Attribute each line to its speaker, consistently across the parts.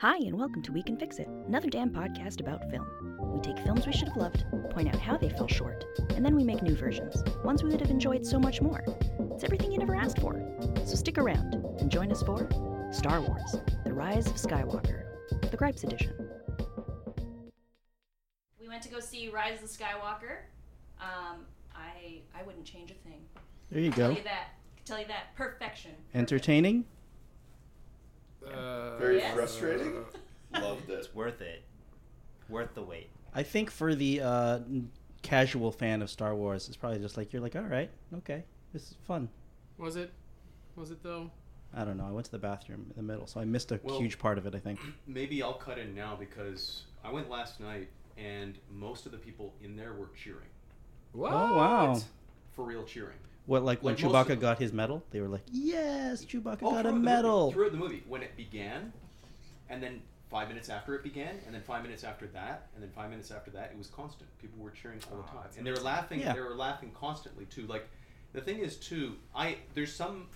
Speaker 1: Hi, and welcome to We Can Fix It, another damn podcast about film. We take films we should have loved, point out how they fell short, and then we make new versions, ones we would have enjoyed so much more. It's everything you never asked for. So stick around and join us for Star Wars The Rise of Skywalker, the Gripes Edition.
Speaker 2: We went to go see Rise of the Skywalker. Um, I I wouldn't change a thing.
Speaker 3: There you go.
Speaker 2: Tell you that. Tell you that. Perfection.
Speaker 3: Entertaining.
Speaker 4: Uh,
Speaker 5: Very
Speaker 2: Yes.
Speaker 5: frustrating. Loved it.
Speaker 6: It's worth it. Worth the wait.
Speaker 3: I think for the uh, n- casual fan of Star Wars, it's probably just like you're like, all right, okay, this is fun.
Speaker 4: Was it? Was it though?
Speaker 3: I don't know. I went to the bathroom in the middle, so I missed a
Speaker 7: Well-
Speaker 3: huge part of it. I think.
Speaker 7: Maybe I'll cut in now because I went last night and most of the people in there were cheering.
Speaker 4: What?
Speaker 3: Oh wow!
Speaker 7: For real cheering.
Speaker 3: What like when
Speaker 7: Like, most of oh,
Speaker 3: Chewbacca
Speaker 7: them.
Speaker 3: got his medal? They were like, yes, Chewbacca got
Speaker 7: throughout
Speaker 3: a
Speaker 7: the movie-
Speaker 3: medal.
Speaker 7: throughout the movie, when it began, and then five minutes after it began, and then five minutes after that, and then five minutes after that, it was constant. People were cheering all the
Speaker 4: Ah,
Speaker 7: time,
Speaker 4: that's
Speaker 7: and they were laughing.
Speaker 3: Yeah.
Speaker 7: They were laughing constantly too. Like the thing is too, I there's some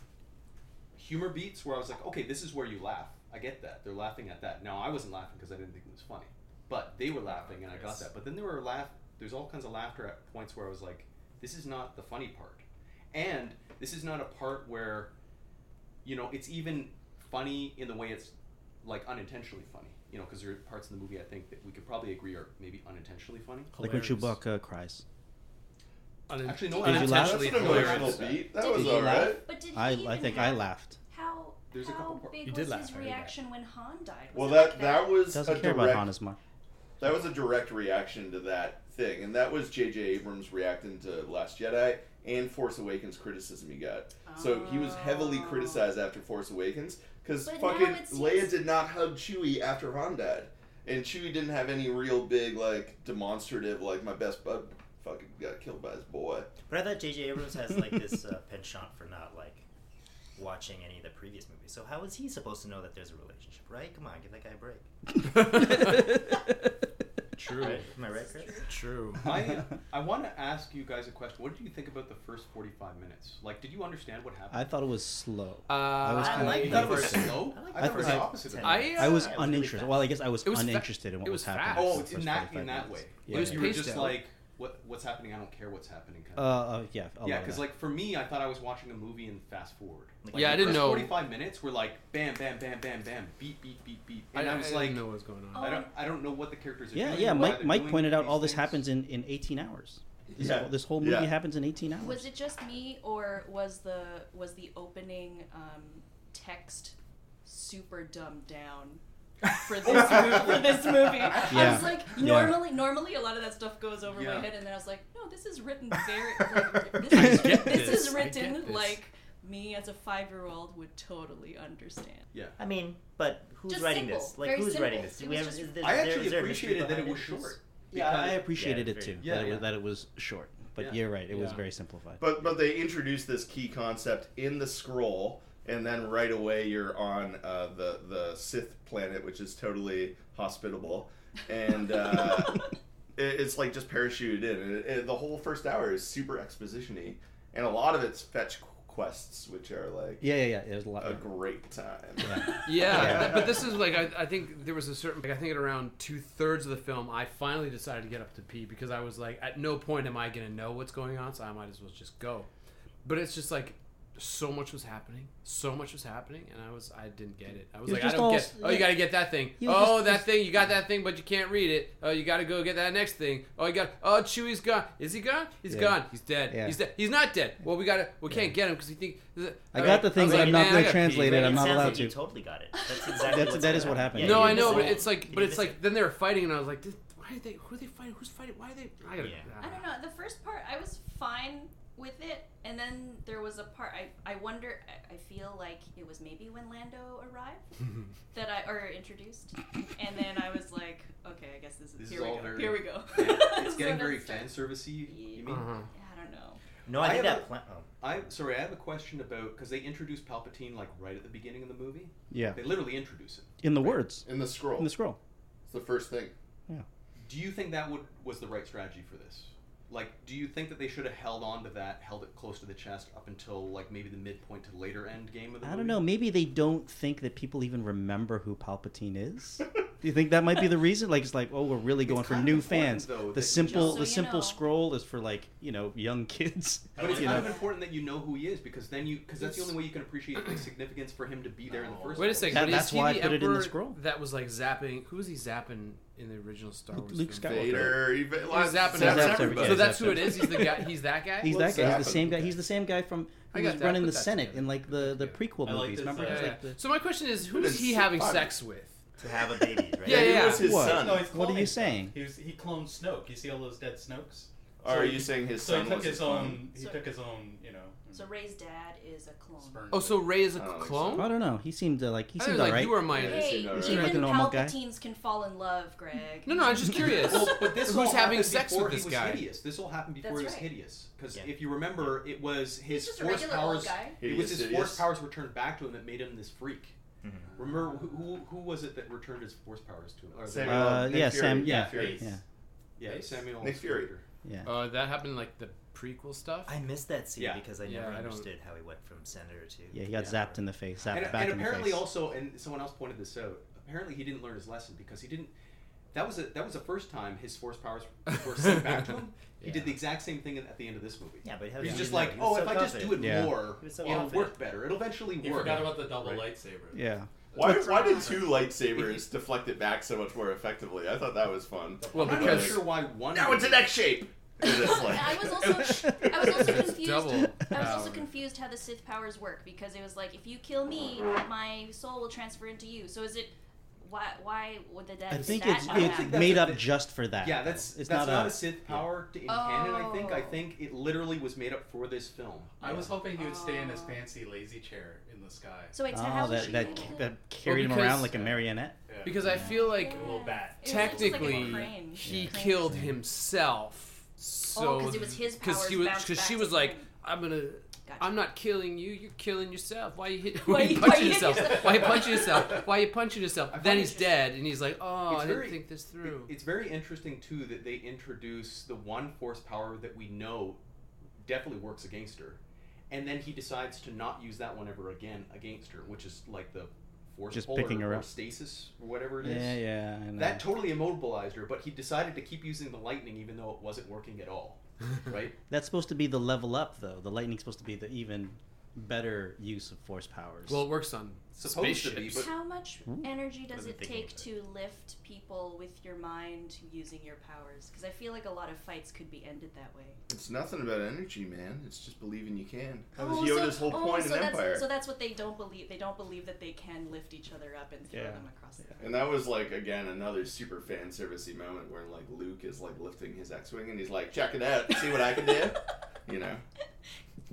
Speaker 7: humor beats where I was like, okay, this is where you laugh. I get that they're laughing at that. Now I wasn't laughing because I didn't think it was funny, but they were laughing, and I got
Speaker 6: Yes.
Speaker 7: that. But then there were laugh. There's all kinds of laughter at points where I was like, this is not the funny part, and this is not a part where you know, it's even funny in the way it's like unintentionally funny. You know, because there are parts in the movie I think that we could probably agree are maybe unintentionally funny.
Speaker 3: Like when Chewbacca cries.
Speaker 7: Actually, no,
Speaker 3: Did you laugh?
Speaker 7: unintentionally
Speaker 5: That's an
Speaker 7: hilarious.
Speaker 5: emotional beat. That
Speaker 2: Did
Speaker 5: was
Speaker 3: you
Speaker 5: all right.
Speaker 2: But did he
Speaker 3: I
Speaker 2: even
Speaker 3: I think I
Speaker 2: have-
Speaker 3: laughed.
Speaker 2: How
Speaker 7: There's a couple
Speaker 2: how
Speaker 7: parts.
Speaker 2: big
Speaker 6: You
Speaker 2: was
Speaker 6: did laugh,
Speaker 2: his
Speaker 6: I heard that.
Speaker 2: reaction when Han died? Was
Speaker 5: Well,
Speaker 2: it
Speaker 5: that
Speaker 2: like
Speaker 5: that was a
Speaker 3: Doesn't care about Han
Speaker 5: direct
Speaker 3: as much.
Speaker 5: that was a direct reaction to that thing, and that was J.J. Abrams reacting to Last Jedi and Force Awakens criticism he got. So he was heavily
Speaker 2: Oh.
Speaker 5: criticized after Force Awakens because
Speaker 2: But
Speaker 5: fucking
Speaker 2: now it seems-
Speaker 5: Leia did not hug Chewie after Han died, and Chewie didn't have any real big like demonstrative like my best bud fucking got killed by his boy.
Speaker 6: But I thought J.J. Abrams has like this uh, penchant for not like watching any of the previous movies. So how is he supposed to know that there's a relationship, right? Come on, give that guy a break.
Speaker 7: True.
Speaker 6: Right? Am I right, Chris?
Speaker 4: True.
Speaker 7: I I want to ask you guys a question. What did you think about the first forty-five minutes? Like, did you understand what happened?
Speaker 3: I thought it was slow.
Speaker 4: Uh,
Speaker 3: I was
Speaker 6: I
Speaker 3: kinda-
Speaker 6: like
Speaker 7: You thought it was
Speaker 6: first-
Speaker 7: slow.
Speaker 6: I like the
Speaker 7: I thought it was
Speaker 6: first
Speaker 7: the opposite of
Speaker 6: ten
Speaker 7: that.
Speaker 4: minutes.
Speaker 2: uh,
Speaker 3: I was
Speaker 6: It really
Speaker 3: uninterested.
Speaker 6: fast.
Speaker 3: well, I guess I was,
Speaker 4: It was fa-
Speaker 3: uninterested in what
Speaker 4: it
Speaker 3: was,
Speaker 4: was fast.
Speaker 3: happening.
Speaker 7: Oh,
Speaker 3: the
Speaker 7: in
Speaker 3: first
Speaker 7: that
Speaker 3: 45
Speaker 7: in that way,
Speaker 3: minutes.
Speaker 4: It was
Speaker 7: you were
Speaker 4: paced
Speaker 7: just
Speaker 4: out.
Speaker 7: like, what what's happening? I don't care what's happening. Kind
Speaker 3: Uh,
Speaker 7: of
Speaker 3: uh, yeah. a
Speaker 7: Yeah,
Speaker 3: lot of
Speaker 7: because
Speaker 3: that.
Speaker 7: like for me, I thought I was watching a movie and fast forward. Like,
Speaker 4: Yeah,
Speaker 7: the
Speaker 4: I didn't
Speaker 7: first
Speaker 4: know-
Speaker 7: Forty-five minutes were like bam, bam, bam, bam, bam, beat, beat, beat, beat, and I, was like,
Speaker 4: didn't know what was going on.
Speaker 7: I don't, I don't know what the characters are
Speaker 3: Yeah,
Speaker 7: doing.
Speaker 3: yeah.
Speaker 7: why
Speaker 3: Mike,
Speaker 7: they're
Speaker 3: Mike
Speaker 7: doing
Speaker 3: pointed out
Speaker 7: these
Speaker 3: all this
Speaker 7: things.
Speaker 3: happens in, in 18 hours. This,
Speaker 5: Yeah.
Speaker 3: whole, this whole movie
Speaker 5: Yeah.
Speaker 3: happens in 18 hours.
Speaker 2: Was it just me, or was the was the opening um, text super dumbed down for this movie? For this movie, I
Speaker 3: Yeah.
Speaker 2: was like,
Speaker 3: Yeah.
Speaker 2: normally, normally a lot of that stuff goes over my
Speaker 7: Yeah.
Speaker 2: head, and then I was like, no, this is written very. Like, this, is,
Speaker 4: I get
Speaker 2: this
Speaker 4: this,
Speaker 2: is
Speaker 4: I
Speaker 2: written
Speaker 4: get this.
Speaker 2: like me as a five year old would totally understand.
Speaker 7: Yeah,
Speaker 6: I mean, but who's
Speaker 2: Just
Speaker 6: writing
Speaker 2: simple.
Speaker 6: this? Like,
Speaker 2: Very
Speaker 6: who's
Speaker 2: simple.
Speaker 6: writing this? we
Speaker 2: It was
Speaker 6: have-
Speaker 2: just-
Speaker 6: is there-
Speaker 7: I
Speaker 6: is
Speaker 7: actually
Speaker 6: there a mystery
Speaker 7: appreciated that it
Speaker 6: behind
Speaker 7: was
Speaker 6: Who's-
Speaker 7: short.
Speaker 3: Yeah, I
Speaker 7: because-
Speaker 3: appreciated
Speaker 6: Yeah,
Speaker 3: it
Speaker 6: it's
Speaker 3: too.
Speaker 6: very-
Speaker 7: Yeah,
Speaker 3: that, it
Speaker 7: yeah.
Speaker 3: was, that it was short, but
Speaker 7: Yeah.
Speaker 3: you're right. It was
Speaker 4: Yeah.
Speaker 3: very simplified.
Speaker 5: But but they introduced this key concept in the scroll, and then right away you're on uh, the the Sith planet, which is totally hospitable, and uh, it, it's like just parachuted in. And it, it- the whole first hour is super expositiony, and a lot of it's fetch qu- quests, which are like
Speaker 3: yeah, yeah, yeah. It was a lot.
Speaker 5: a
Speaker 3: more.
Speaker 5: great time.
Speaker 4: Yeah,
Speaker 3: Yeah.
Speaker 4: th- but this is like I, I think there was a certain. Like, I think at around two thirds of the film, I finally decided to get up to pee because I was like, at no point am I going to know what's going on, so I might as well just go. But it's just like so much was happening, so much was happening, and I was I didn't get it. I was
Speaker 3: You
Speaker 4: like, I
Speaker 3: just
Speaker 4: don't
Speaker 3: all-
Speaker 4: get. Oh, you got to get that thing.
Speaker 3: You
Speaker 4: Oh,
Speaker 3: just-
Speaker 4: that thing. You got that thing, but you can't read it. Oh, you got to go get that next thing. Oh, you got. Oh, Chewie's gone. Is he gone? He's
Speaker 3: Yeah.
Speaker 4: gone. He's dead.
Speaker 3: Yeah.
Speaker 4: He's dead. He's not dead. Well, we got to. We can't get him because he think.
Speaker 3: I got the thing,
Speaker 4: was
Speaker 3: but I'm not
Speaker 4: man, I
Speaker 3: gonna
Speaker 4: gotta pee.
Speaker 3: translate it. I'm
Speaker 6: it
Speaker 3: not
Speaker 6: sounds
Speaker 3: allowed
Speaker 6: like You
Speaker 3: to.
Speaker 6: totally got it. That's exactly.
Speaker 3: That's-
Speaker 6: what's
Speaker 3: that is
Speaker 6: going
Speaker 3: what
Speaker 6: on.
Speaker 3: happened.
Speaker 6: Yeah,
Speaker 4: no,
Speaker 6: you
Speaker 4: I
Speaker 6: miss
Speaker 4: know,
Speaker 6: it
Speaker 4: but
Speaker 6: all.
Speaker 4: it's like,
Speaker 6: You
Speaker 4: but it's
Speaker 6: miss
Speaker 4: like,
Speaker 6: it.
Speaker 4: then they were fighting, and I was like, "This- why did they? Who are they fighting? Who's fighting? Why are they? I gotta.
Speaker 6: Yeah.
Speaker 2: I don't know. The first part, I was fine with it, and then there was a part. I, I wonder. I, I feel like it was maybe when Lando arrived that I or introduced, and then I was like, okay, I guess this is
Speaker 7: This
Speaker 2: here
Speaker 7: is
Speaker 2: we
Speaker 7: all
Speaker 2: go.
Speaker 7: very-
Speaker 2: Here we go.
Speaker 7: it's
Speaker 2: So
Speaker 7: getting
Speaker 2: that
Speaker 7: very
Speaker 2: starts-
Speaker 7: fan servicey. You mean?
Speaker 4: Uh-huh.
Speaker 2: Yeah, I don't know.
Speaker 6: No, I,
Speaker 7: I
Speaker 6: think
Speaker 7: have
Speaker 6: that plan. Oh,
Speaker 7: I sorry, I have a question about because they introduced Palpatine like right at the beginning of the movie.
Speaker 3: Yeah,
Speaker 7: They literally introduce him.
Speaker 3: in the words,
Speaker 5: In the scroll,
Speaker 3: in the scroll.
Speaker 5: it's the first thing.
Speaker 7: Do you think that would was the right strategy for this? like do you think that they should have held on to that held it close to the chest up until like maybe the midpoint to later end game of the
Speaker 3: I don't
Speaker 7: movie?
Speaker 3: know. Maybe they don't think that people even remember who Palpatine is. Do you think that might be the reason? Like it's like, oh, we're really going for
Speaker 7: kind of
Speaker 3: new
Speaker 7: important,
Speaker 3: fans.
Speaker 7: though, that
Speaker 3: the
Speaker 7: you
Speaker 3: simple,
Speaker 2: just-
Speaker 3: the
Speaker 2: So you
Speaker 3: simple
Speaker 2: know.
Speaker 3: scroll is for like you know young kids.
Speaker 7: But it's
Speaker 3: you
Speaker 7: kind
Speaker 3: know.
Speaker 7: of important that you know who he is because then you because that's the only way you can appreciate the significance for him to be there in the first.
Speaker 4: Wait a
Speaker 7: place.
Speaker 4: second.
Speaker 3: That-
Speaker 4: but is
Speaker 3: that's
Speaker 4: he
Speaker 3: why I
Speaker 4: the
Speaker 3: put it in the
Speaker 4: emperor
Speaker 3: scroll.
Speaker 4: That was like zapping. Who was he zapping in the original Star
Speaker 3: Luke-
Speaker 4: Wars?
Speaker 3: Luke
Speaker 4: film?
Speaker 3: Skywalker.
Speaker 5: Vader, he,
Speaker 4: He was zapping
Speaker 3: Zapped
Speaker 4: everybody.
Speaker 3: everybody.
Speaker 4: So
Speaker 3: Yeah,
Speaker 4: that's
Speaker 3: zapped
Speaker 4: who it is. He's the guy. He's that guy.
Speaker 3: He's
Speaker 5: What's
Speaker 3: that guy. He's
Speaker 5: that?
Speaker 3: the same guy. He's the same guy from
Speaker 4: I
Speaker 3: who
Speaker 4: got
Speaker 3: was
Speaker 4: that,
Speaker 3: running
Speaker 4: put
Speaker 3: the
Speaker 4: that
Speaker 3: Senate
Speaker 4: together.
Speaker 3: in like the the prequel
Speaker 6: I like
Speaker 3: movies.
Speaker 6: this,
Speaker 3: Remember,
Speaker 6: uh,
Speaker 3: He's
Speaker 4: Yeah,
Speaker 3: like
Speaker 4: yeah.
Speaker 3: the-
Speaker 4: So my question is, who is
Speaker 5: is
Speaker 4: he having
Speaker 5: fun.
Speaker 4: sex with?
Speaker 6: to have a baby, right?
Speaker 4: Yeah, yeah.
Speaker 5: It was his
Speaker 3: What?
Speaker 5: son.
Speaker 8: No, it's
Speaker 3: What are you
Speaker 8: cloning
Speaker 3: saying?
Speaker 8: Stuff. He was, he cloned Snoke. You see all those dead Snokes?
Speaker 5: Or are
Speaker 8: So
Speaker 5: you
Speaker 8: he-
Speaker 5: saying his
Speaker 8: so
Speaker 5: son
Speaker 8: he took
Speaker 5: was
Speaker 8: his
Speaker 5: his clone?
Speaker 8: own. He
Speaker 2: So-
Speaker 8: took his own. You know.
Speaker 7: Mm.
Speaker 2: So Ray's dad is a clone.
Speaker 8: spurned
Speaker 4: Oh, so
Speaker 8: it.
Speaker 4: Ray is a
Speaker 5: I don't think so.
Speaker 4: clone.
Speaker 3: I don't know. He seemed uh, like he
Speaker 4: I thought it
Speaker 3: seemed
Speaker 4: was like
Speaker 3: alright.
Speaker 4: you were my.
Speaker 5: Yeah.
Speaker 2: Hey,
Speaker 5: Right.
Speaker 2: even
Speaker 3: Like a normal guy.
Speaker 2: Palpatines can fall in love, Greg.
Speaker 4: No, no. I'm just curious.
Speaker 7: Well, but this
Speaker 4: Who's
Speaker 7: all
Speaker 4: having
Speaker 7: happened
Speaker 4: sex
Speaker 7: before
Speaker 4: with this
Speaker 7: he was
Speaker 4: guy?
Speaker 7: Hideous. This all happened before
Speaker 2: That's
Speaker 7: he was
Speaker 2: right.
Speaker 7: hideous. Because
Speaker 6: Yeah.
Speaker 7: if you remember, it was his
Speaker 2: He's just a
Speaker 7: force
Speaker 2: regular old
Speaker 7: powers.
Speaker 2: guy.
Speaker 7: It was his
Speaker 5: Hideous,
Speaker 7: force
Speaker 5: hideous.
Speaker 7: powers returned back to him that made him this freak.
Speaker 6: Mhm.
Speaker 7: Remember who, who who was it that returned his force powers to him? Or the-
Speaker 5: Samuel.
Speaker 3: Uh,
Speaker 5: Nick
Speaker 3: yeah,
Speaker 5: Fury.
Speaker 3: Sam. Yeah,
Speaker 7: Yeah,
Speaker 8: Fury.
Speaker 3: yeah,
Speaker 7: yeah, Samuel.
Speaker 5: Nick Fury.
Speaker 7: Fury.
Speaker 3: yeah.
Speaker 4: Uh, that happened in, like the prequel stuff.
Speaker 6: I missed that scene
Speaker 7: Yeah.
Speaker 6: because I
Speaker 4: Yeah,
Speaker 6: never
Speaker 4: I don't-
Speaker 6: understood how he went from senator to.
Speaker 3: Yeah, he got zapped in the face, zapped
Speaker 7: And,
Speaker 3: back
Speaker 7: and
Speaker 3: in the
Speaker 7: apparently
Speaker 3: face.
Speaker 7: also, and someone else pointed this out. Apparently, he didn't learn his lesson because he didn't. That was a, that was the first time his force powers were sent back to him. He
Speaker 4: Yeah.
Speaker 7: did the exact same thing at the end of this movie.
Speaker 6: Yeah, but how did
Speaker 7: He's
Speaker 6: he
Speaker 7: just
Speaker 6: know?
Speaker 7: like,
Speaker 6: He was
Speaker 7: oh,
Speaker 6: so
Speaker 7: if I just do
Speaker 6: confident."
Speaker 7: it
Speaker 3: Yeah.
Speaker 7: more,
Speaker 6: He was so
Speaker 7: it'll
Speaker 6: confident.
Speaker 7: work better. It'll eventually
Speaker 8: He
Speaker 7: work.
Speaker 8: forgot about the double lightsaber.
Speaker 3: yeah.
Speaker 5: Why, why did two lightsabers deflect it back so much more effectively? I thought that was fun.
Speaker 4: Well,
Speaker 7: I'm not
Speaker 4: because-
Speaker 7: sure why one.
Speaker 5: now it's an X shape. And it's
Speaker 2: Well,
Speaker 5: like-
Speaker 2: I was also I was also
Speaker 4: It's
Speaker 2: confused.
Speaker 4: double
Speaker 2: I was also
Speaker 4: power.
Speaker 2: confused how the Sith powers work because it was like if you kill me, my soul will transfer into you. So is it why why would the dead
Speaker 3: I think
Speaker 2: that
Speaker 3: it's
Speaker 2: not
Speaker 3: it's
Speaker 2: happen?
Speaker 7: that's
Speaker 3: made
Speaker 7: a
Speaker 3: up
Speaker 7: bit-
Speaker 3: just for that.
Speaker 7: Yeah, that's
Speaker 3: it's
Speaker 7: that's
Speaker 3: not,
Speaker 7: not,
Speaker 3: a,
Speaker 7: a, Sith power to, in canon. I think I
Speaker 2: Oh.
Speaker 7: think it literally was made up for this film.
Speaker 8: I was hoping he would stay in his fancy lazy chair in the sky.
Speaker 2: so wait, so how
Speaker 3: Oh,
Speaker 2: was
Speaker 3: that,
Speaker 2: she
Speaker 3: that,
Speaker 2: able to-
Speaker 3: that carried him
Speaker 4: because-
Speaker 3: around like a marionette.
Speaker 8: Yeah.
Speaker 4: Because I feel like
Speaker 2: Yeah.
Speaker 8: a little bat.
Speaker 2: It was like- just like a
Speaker 4: technically
Speaker 2: crane.
Speaker 4: he
Speaker 2: Crane.
Speaker 4: killed himself. So
Speaker 2: Oh, 'cause it was his
Speaker 4: Because
Speaker 2: powers
Speaker 4: he was
Speaker 2: bounced
Speaker 4: because she
Speaker 2: back
Speaker 4: was
Speaker 2: to
Speaker 4: like,
Speaker 2: him.
Speaker 4: I'm gonna.
Speaker 2: Gotcha.
Speaker 4: I'm not killing you. You're killing yourself. Why you hit?
Speaker 2: Why
Speaker 4: Why,
Speaker 2: you-
Speaker 4: you
Speaker 2: why
Speaker 4: punching
Speaker 2: you hit
Speaker 4: yourself?
Speaker 2: yourself?
Speaker 4: Why you punching yourself? Why you punching
Speaker 7: I
Speaker 4: yourself? Then
Speaker 7: find
Speaker 4: he's
Speaker 7: it-
Speaker 4: dead, and he's like, "Oh,
Speaker 7: It's
Speaker 4: I didn't
Speaker 7: very-
Speaker 4: think this
Speaker 7: It-
Speaker 4: through."
Speaker 7: it's very interesting too that they introduce the one force power that we know definitely works against her, and then he decides to not use that one ever again against her, which is like the force
Speaker 3: Just
Speaker 7: pull
Speaker 3: picking
Speaker 7: or,
Speaker 3: her
Speaker 7: or
Speaker 3: up.
Speaker 7: stasis or whatever it is.
Speaker 3: Yeah, yeah. I know.
Speaker 7: That totally immobilized her, but he decided to keep using the lightning even though it wasn't working at all. Right?
Speaker 3: That's supposed to be the level up, though. The lightning's supposed to be the even better use of force powers.
Speaker 4: well, it works on
Speaker 7: Supposed to be,
Speaker 4: spaceships.
Speaker 7: but-
Speaker 2: How much
Speaker 3: Ooh.
Speaker 2: energy does
Speaker 6: Wasn't
Speaker 2: it
Speaker 6: thinking
Speaker 2: take
Speaker 6: about
Speaker 2: to lift people with your mind using your powers? Because I feel like a lot of fights could be ended that way.
Speaker 5: It's nothing about energy, man. It's just believing you can. That was
Speaker 2: Oh,
Speaker 5: Yoda's
Speaker 2: so,
Speaker 5: whole
Speaker 2: oh,
Speaker 5: point
Speaker 2: so
Speaker 5: in
Speaker 2: that's,
Speaker 5: Empire.
Speaker 2: So that's what they don't believe. They don't believe that they can lift each other up and throw
Speaker 3: Yeah.
Speaker 2: them across the
Speaker 5: And that was like again another super fan servicey moment where like Luke is like lifting his X-wing and he's like, "Check it out, see what I can do." You know.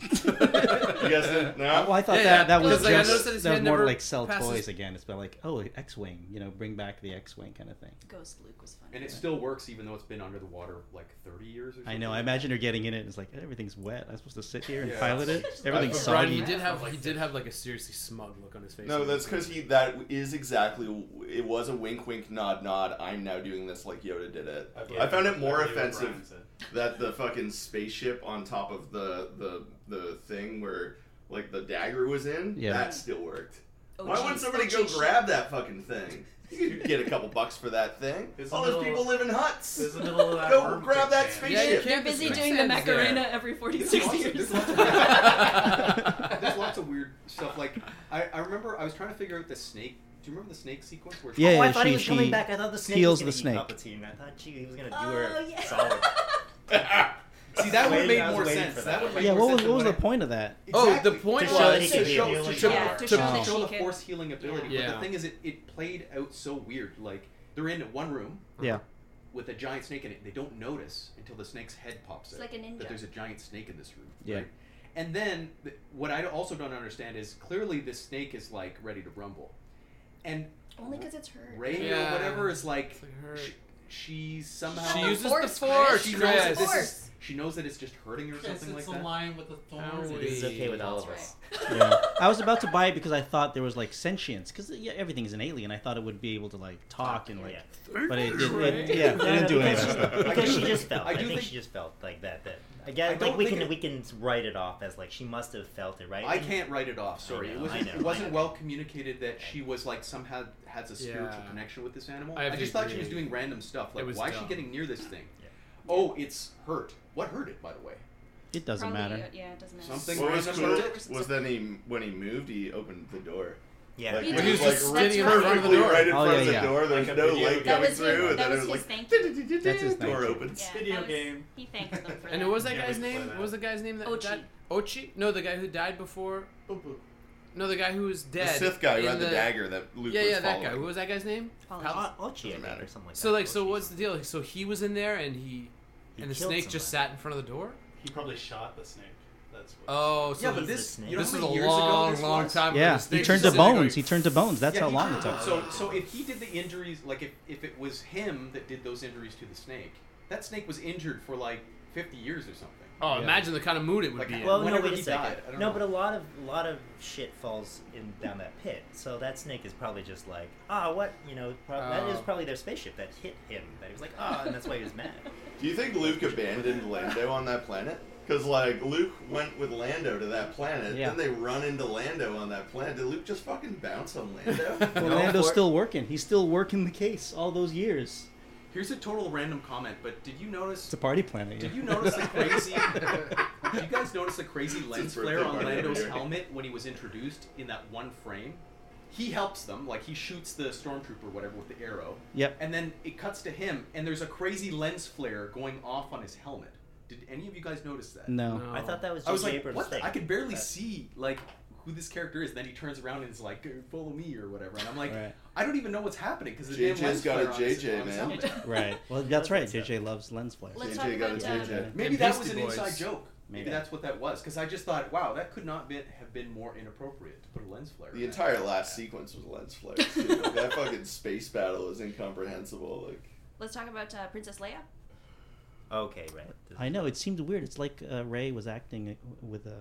Speaker 5: you guys didn't
Speaker 3: Uh,
Speaker 5: know?
Speaker 3: well, I thought
Speaker 4: Yeah, yeah.
Speaker 3: that that was
Speaker 4: Because, like, I
Speaker 3: just
Speaker 4: noticed that his
Speaker 3: that was
Speaker 4: hand
Speaker 3: more
Speaker 4: never
Speaker 3: like sell
Speaker 4: passes-
Speaker 3: toys again. It's been like, oh, X-wing, you know, bring back the X-wing kind of thing.
Speaker 2: Ghost Luke was funny.
Speaker 7: And it still works even though it's been under the water like 30 years or something.
Speaker 3: I know. I imagine her getting in it. and It's like everything's wet. I'm supposed to sit here and
Speaker 7: Yeah.
Speaker 3: pilot it. Everything's
Speaker 4: But
Speaker 2: soggy.
Speaker 4: Brian, he did
Speaker 2: Yeah.
Speaker 4: have he did have like a seriously smug look on his face.
Speaker 5: No, that's because he. That is exactly. It was a wink, wink, nod, nod. I'm now doing this like Yoda did it. I found it more
Speaker 8: believe what
Speaker 5: offensive
Speaker 8: Brian said.
Speaker 5: that the fucking spaceship on top of the the the thing where like the dagger was in.
Speaker 3: Yeah.
Speaker 5: that still worked.
Speaker 2: Oh,
Speaker 5: Why wouldn't
Speaker 2: geez.
Speaker 5: somebody
Speaker 2: Oh,
Speaker 5: go
Speaker 2: geez.
Speaker 5: grab that fucking thing? You could get a couple bucks for that thing.
Speaker 8: There's a
Speaker 5: All those
Speaker 8: little-
Speaker 5: people live in huts.
Speaker 8: There's a little of that
Speaker 5: Go
Speaker 8: worm
Speaker 5: grab that
Speaker 8: quicksand.
Speaker 4: Yeah, you
Speaker 5: spaceship.
Speaker 2: They're
Speaker 4: can't-
Speaker 2: busy
Speaker 4: the
Speaker 2: doing the
Speaker 4: quicksand's there.
Speaker 2: Macarena every 46
Speaker 7: There's
Speaker 2: years.
Speaker 7: lots of- There's lots of weird stuff. Like I, I remember I was trying to figure out the snake. Do you remember the snake sequence? Where
Speaker 3: Yeah,
Speaker 6: oh, I
Speaker 3: yeah,
Speaker 6: thought
Speaker 3: she-
Speaker 6: he was coming
Speaker 3: she
Speaker 6: back. I thought the snake
Speaker 3: heals
Speaker 6: was
Speaker 3: the
Speaker 6: gonna eat Palpatine. I thought she he was gonna do
Speaker 2: Oh,
Speaker 6: her
Speaker 2: yeah.
Speaker 6: solid.
Speaker 7: See, that would have
Speaker 6: Wait,
Speaker 7: made
Speaker 6: I was
Speaker 7: more
Speaker 6: waiting
Speaker 7: sense.
Speaker 6: for
Speaker 7: That,
Speaker 6: that.
Speaker 7: would make
Speaker 3: Yeah,
Speaker 7: more
Speaker 3: what was
Speaker 7: sense
Speaker 3: what was
Speaker 7: than
Speaker 3: the point of that?
Speaker 4: Oh,
Speaker 7: Exactly.
Speaker 4: the point
Speaker 7: To
Speaker 4: was
Speaker 7: show that he
Speaker 4: to
Speaker 7: could
Speaker 4: show,
Speaker 6: heal
Speaker 4: to
Speaker 6: each
Speaker 4: show-
Speaker 2: Yeah,
Speaker 6: other.
Speaker 2: to
Speaker 4: to-
Speaker 2: show
Speaker 3: Oh.
Speaker 2: that
Speaker 7: show
Speaker 2: she
Speaker 7: the
Speaker 2: can.
Speaker 7: force healing ability. But
Speaker 4: Yeah.
Speaker 7: the thing is, it, it played out so weird. Like they're in one room
Speaker 4: Uh-huh.
Speaker 3: Yeah,
Speaker 7: with a giant snake in it. They don't notice until the snake's head pops
Speaker 2: It's
Speaker 7: out
Speaker 2: like a ninja.
Speaker 7: that there's a giant snake in this room.
Speaker 3: Yeah.
Speaker 7: right? And then th- what I also don't understand is clearly this snake is like ready to rumble, and
Speaker 2: Only because it's her.
Speaker 7: Ray
Speaker 4: Yeah.
Speaker 7: or whatever is like,
Speaker 4: It's like her-
Speaker 7: she, she somehow
Speaker 4: She uses
Speaker 2: Force,
Speaker 4: the force,
Speaker 2: Chris.
Speaker 7: she
Speaker 2: She
Speaker 7: knows
Speaker 4: Chris.
Speaker 7: that this
Speaker 2: Force.
Speaker 7: is, she knows that it's just hurting or
Speaker 8: Yes,
Speaker 7: something
Speaker 8: it's
Speaker 7: like
Speaker 8: a
Speaker 7: that.
Speaker 8: lion with the thorns.
Speaker 4: Owie.
Speaker 6: This is okay with all
Speaker 2: That's
Speaker 6: of us.
Speaker 2: right.
Speaker 3: Yeah. I was about to buy it because I thought there was like sentience because yeah, everything is an alien. I thought it would be able to like talk and like,
Speaker 6: Yeah.
Speaker 3: but it, it, it yeah, it
Speaker 6: No, no,
Speaker 3: didn't do
Speaker 6: because
Speaker 3: anything.
Speaker 6: she- Because she
Speaker 7: I do
Speaker 6: just
Speaker 7: think-
Speaker 6: felt.
Speaker 7: I
Speaker 6: I,
Speaker 7: do
Speaker 6: think,
Speaker 7: think-
Speaker 6: she just felt like that. That I
Speaker 7: I
Speaker 6: guess
Speaker 7: don't
Speaker 6: like we
Speaker 7: think
Speaker 6: can
Speaker 7: it-
Speaker 6: we can write it off as like she must have felt it, right?
Speaker 7: I
Speaker 6: And-
Speaker 7: can't write it off. Sorry,
Speaker 6: I
Speaker 7: it
Speaker 6: know,
Speaker 7: wasn't.
Speaker 6: I know,
Speaker 7: it wasn't
Speaker 6: I know.
Speaker 7: well communicated that she was like somehow has a spiritual
Speaker 4: Yeah.
Speaker 7: connection with this animal.
Speaker 4: I
Speaker 7: I,
Speaker 4: have to
Speaker 7: just thought she
Speaker 4: agree.
Speaker 7: was doing random stuff. Like,
Speaker 4: was
Speaker 7: why is she
Speaker 4: dumb.
Speaker 7: getting near this thing?
Speaker 6: Yeah.
Speaker 7: Oh, it's hurt. What hurt it, by the way?
Speaker 3: It doesn't
Speaker 2: Probably,
Speaker 3: matter.
Speaker 2: uh, Yeah, it doesn't matter.
Speaker 7: Something
Speaker 5: What was
Speaker 7: random
Speaker 5: cool
Speaker 7: about it?
Speaker 5: was then he when he moved, he opened the door.
Speaker 6: Yeah.
Speaker 5: Like,
Speaker 2: He
Speaker 5: which
Speaker 2: did.
Speaker 5: is,
Speaker 2: He was just
Speaker 5: like,
Speaker 2: standing in
Speaker 5: perfectly
Speaker 2: front of the
Speaker 4: door.
Speaker 5: right in
Speaker 3: Oh,
Speaker 5: front
Speaker 3: yeah,
Speaker 5: of the
Speaker 3: yeah.
Speaker 5: door. There's
Speaker 6: Like a
Speaker 5: no
Speaker 6: video
Speaker 5: light
Speaker 6: game.
Speaker 2: That
Speaker 5: coming
Speaker 2: was his-
Speaker 5: through, and
Speaker 2: that
Speaker 5: then it
Speaker 2: was
Speaker 5: was
Speaker 2: his
Speaker 5: like
Speaker 2: thank you.
Speaker 3: That's his
Speaker 5: "Did-did-did-did-did," door
Speaker 3: thank you.
Speaker 5: opens.
Speaker 2: Yeah,
Speaker 6: Video
Speaker 2: that was-
Speaker 6: game.
Speaker 2: He thanked them for
Speaker 4: And
Speaker 2: that.
Speaker 4: what was that
Speaker 8: Yeah, we
Speaker 4: guy's
Speaker 8: play
Speaker 4: name?
Speaker 8: that.
Speaker 4: What was the guy's name? That
Speaker 2: Ochi.
Speaker 4: Died? Ochi? No, the guy who died before.
Speaker 8: Boop, boop.
Speaker 4: No, the guy who was
Speaker 5: The
Speaker 4: dead.
Speaker 5: Sith guy who
Speaker 4: in
Speaker 5: had the, dagger that Luke
Speaker 4: Yeah,
Speaker 5: was
Speaker 4: yeah, that
Speaker 5: following.
Speaker 4: guy. What was that guy's name?
Speaker 6: O-
Speaker 2: Apologies.
Speaker 6: Ochi, I
Speaker 5: Doesn't
Speaker 6: think,
Speaker 5: matter.
Speaker 6: or something like
Speaker 4: So
Speaker 6: that.
Speaker 4: like, so
Speaker 6: Ochi
Speaker 4: what's the
Speaker 6: something.
Speaker 4: deal? Like, so he was in there, and he,
Speaker 6: He
Speaker 4: and the
Speaker 6: killed
Speaker 4: snake just
Speaker 6: somebody.
Speaker 4: sat in front of the door.
Speaker 8: He probably shot the snake. That's what.
Speaker 4: Oh, so
Speaker 7: yeah, but
Speaker 6: he's the
Speaker 7: this
Speaker 6: snake.
Speaker 7: you know
Speaker 4: this
Speaker 7: how
Speaker 4: is a
Speaker 7: many years ago
Speaker 4: long,
Speaker 7: this
Speaker 4: long
Speaker 7: was?
Speaker 4: time. ago.
Speaker 3: Yeah,
Speaker 4: The
Speaker 3: he
Speaker 4: snake's
Speaker 3: turned to
Speaker 4: just sitting there
Speaker 3: bones. He
Speaker 4: going,
Speaker 3: turned to bones. That's
Speaker 7: Yeah,
Speaker 3: how
Speaker 7: he
Speaker 3: long
Speaker 7: did
Speaker 3: it took.
Speaker 7: that. So, so if he did the injuries, like if, if it was him that did those injuries to the snake, that snake was injured for like 50 years or something.
Speaker 4: Oh,
Speaker 3: Yeah.
Speaker 4: imagine the kind of mood it would
Speaker 7: Like,
Speaker 4: be. in.
Speaker 6: Well, no,
Speaker 7: Whenever
Speaker 6: wait
Speaker 7: he
Speaker 6: a second.
Speaker 7: died, I don't
Speaker 6: no,
Speaker 7: know.
Speaker 6: but a lot of a lot of shit falls in down that pit. So that snake is probably just like, ah, what you know? Pro- That is
Speaker 4: Oh.
Speaker 6: probably their spaceship that hit him. That he was like, ah, and that's why he was mad.
Speaker 5: Do you think Luke abandoned Lando on that planet? Because like Luke went with Lando to that planet,
Speaker 3: Yeah.
Speaker 5: then they run into Lando on that planet. Did Luke just fucking bounce on Lando?
Speaker 3: Well,
Speaker 6: No,
Speaker 3: Lando's
Speaker 6: for-
Speaker 3: still working. He's still working the case all those years.
Speaker 7: Here's a total random comment, but did you notice?
Speaker 3: It's a party planet.
Speaker 7: Did
Speaker 3: yeah.
Speaker 7: you notice the crazy? did you guys notice the crazy lens
Speaker 5: birthday
Speaker 7: flare on
Speaker 5: party
Speaker 7: Lando's
Speaker 5: every year.
Speaker 7: helmet when he was introduced in that one frame? He helps them, like he shoots the stormtrooper, or whatever, with the arrow.
Speaker 3: Yep.
Speaker 7: And then it cuts to him, and there's a crazy lens flare going off on his helmet. Did any of you guys notice that?
Speaker 3: No.
Speaker 4: Oh.
Speaker 6: I thought that was
Speaker 7: I was
Speaker 6: J.J.
Speaker 7: like,
Speaker 6: Abrams'
Speaker 7: what? the-
Speaker 6: thing.
Speaker 7: I could barely
Speaker 6: That-
Speaker 7: see like who this character is. And then he turns around and is like, "Go, "Follow me" or whatever. And I'm like,
Speaker 3: Right.
Speaker 7: I don't even know what's happening because the
Speaker 5: JJ's
Speaker 7: damn lens
Speaker 5: got a
Speaker 7: flare on his-
Speaker 5: JJ,
Speaker 7: on his
Speaker 5: man.
Speaker 7: helmet.
Speaker 3: Right. Well, that's right.
Speaker 6: That's it.
Speaker 3: JJ loves lens flare.
Speaker 5: JJ
Speaker 2: Let's talk
Speaker 5: got
Speaker 2: about
Speaker 5: a
Speaker 2: uh,
Speaker 5: JJ.
Speaker 7: Maybe
Speaker 4: And
Speaker 7: that
Speaker 4: Beastie
Speaker 7: was an
Speaker 4: Boys.
Speaker 7: inside joke. Maybe
Speaker 3: Maybe.
Speaker 7: that's what that was. Because I just thought, wow, that could not be, have been more inappropriate to put a lens flare.
Speaker 5: The
Speaker 7: in.
Speaker 5: entire last sequence was lens flares. dude. Like, that fucking space battle is incomprehensible. Like
Speaker 2: Let's talk about uh, Princess Leia.
Speaker 6: Okay, right.
Speaker 3: I know it seemed weird. It's like uh, Ray was acting with a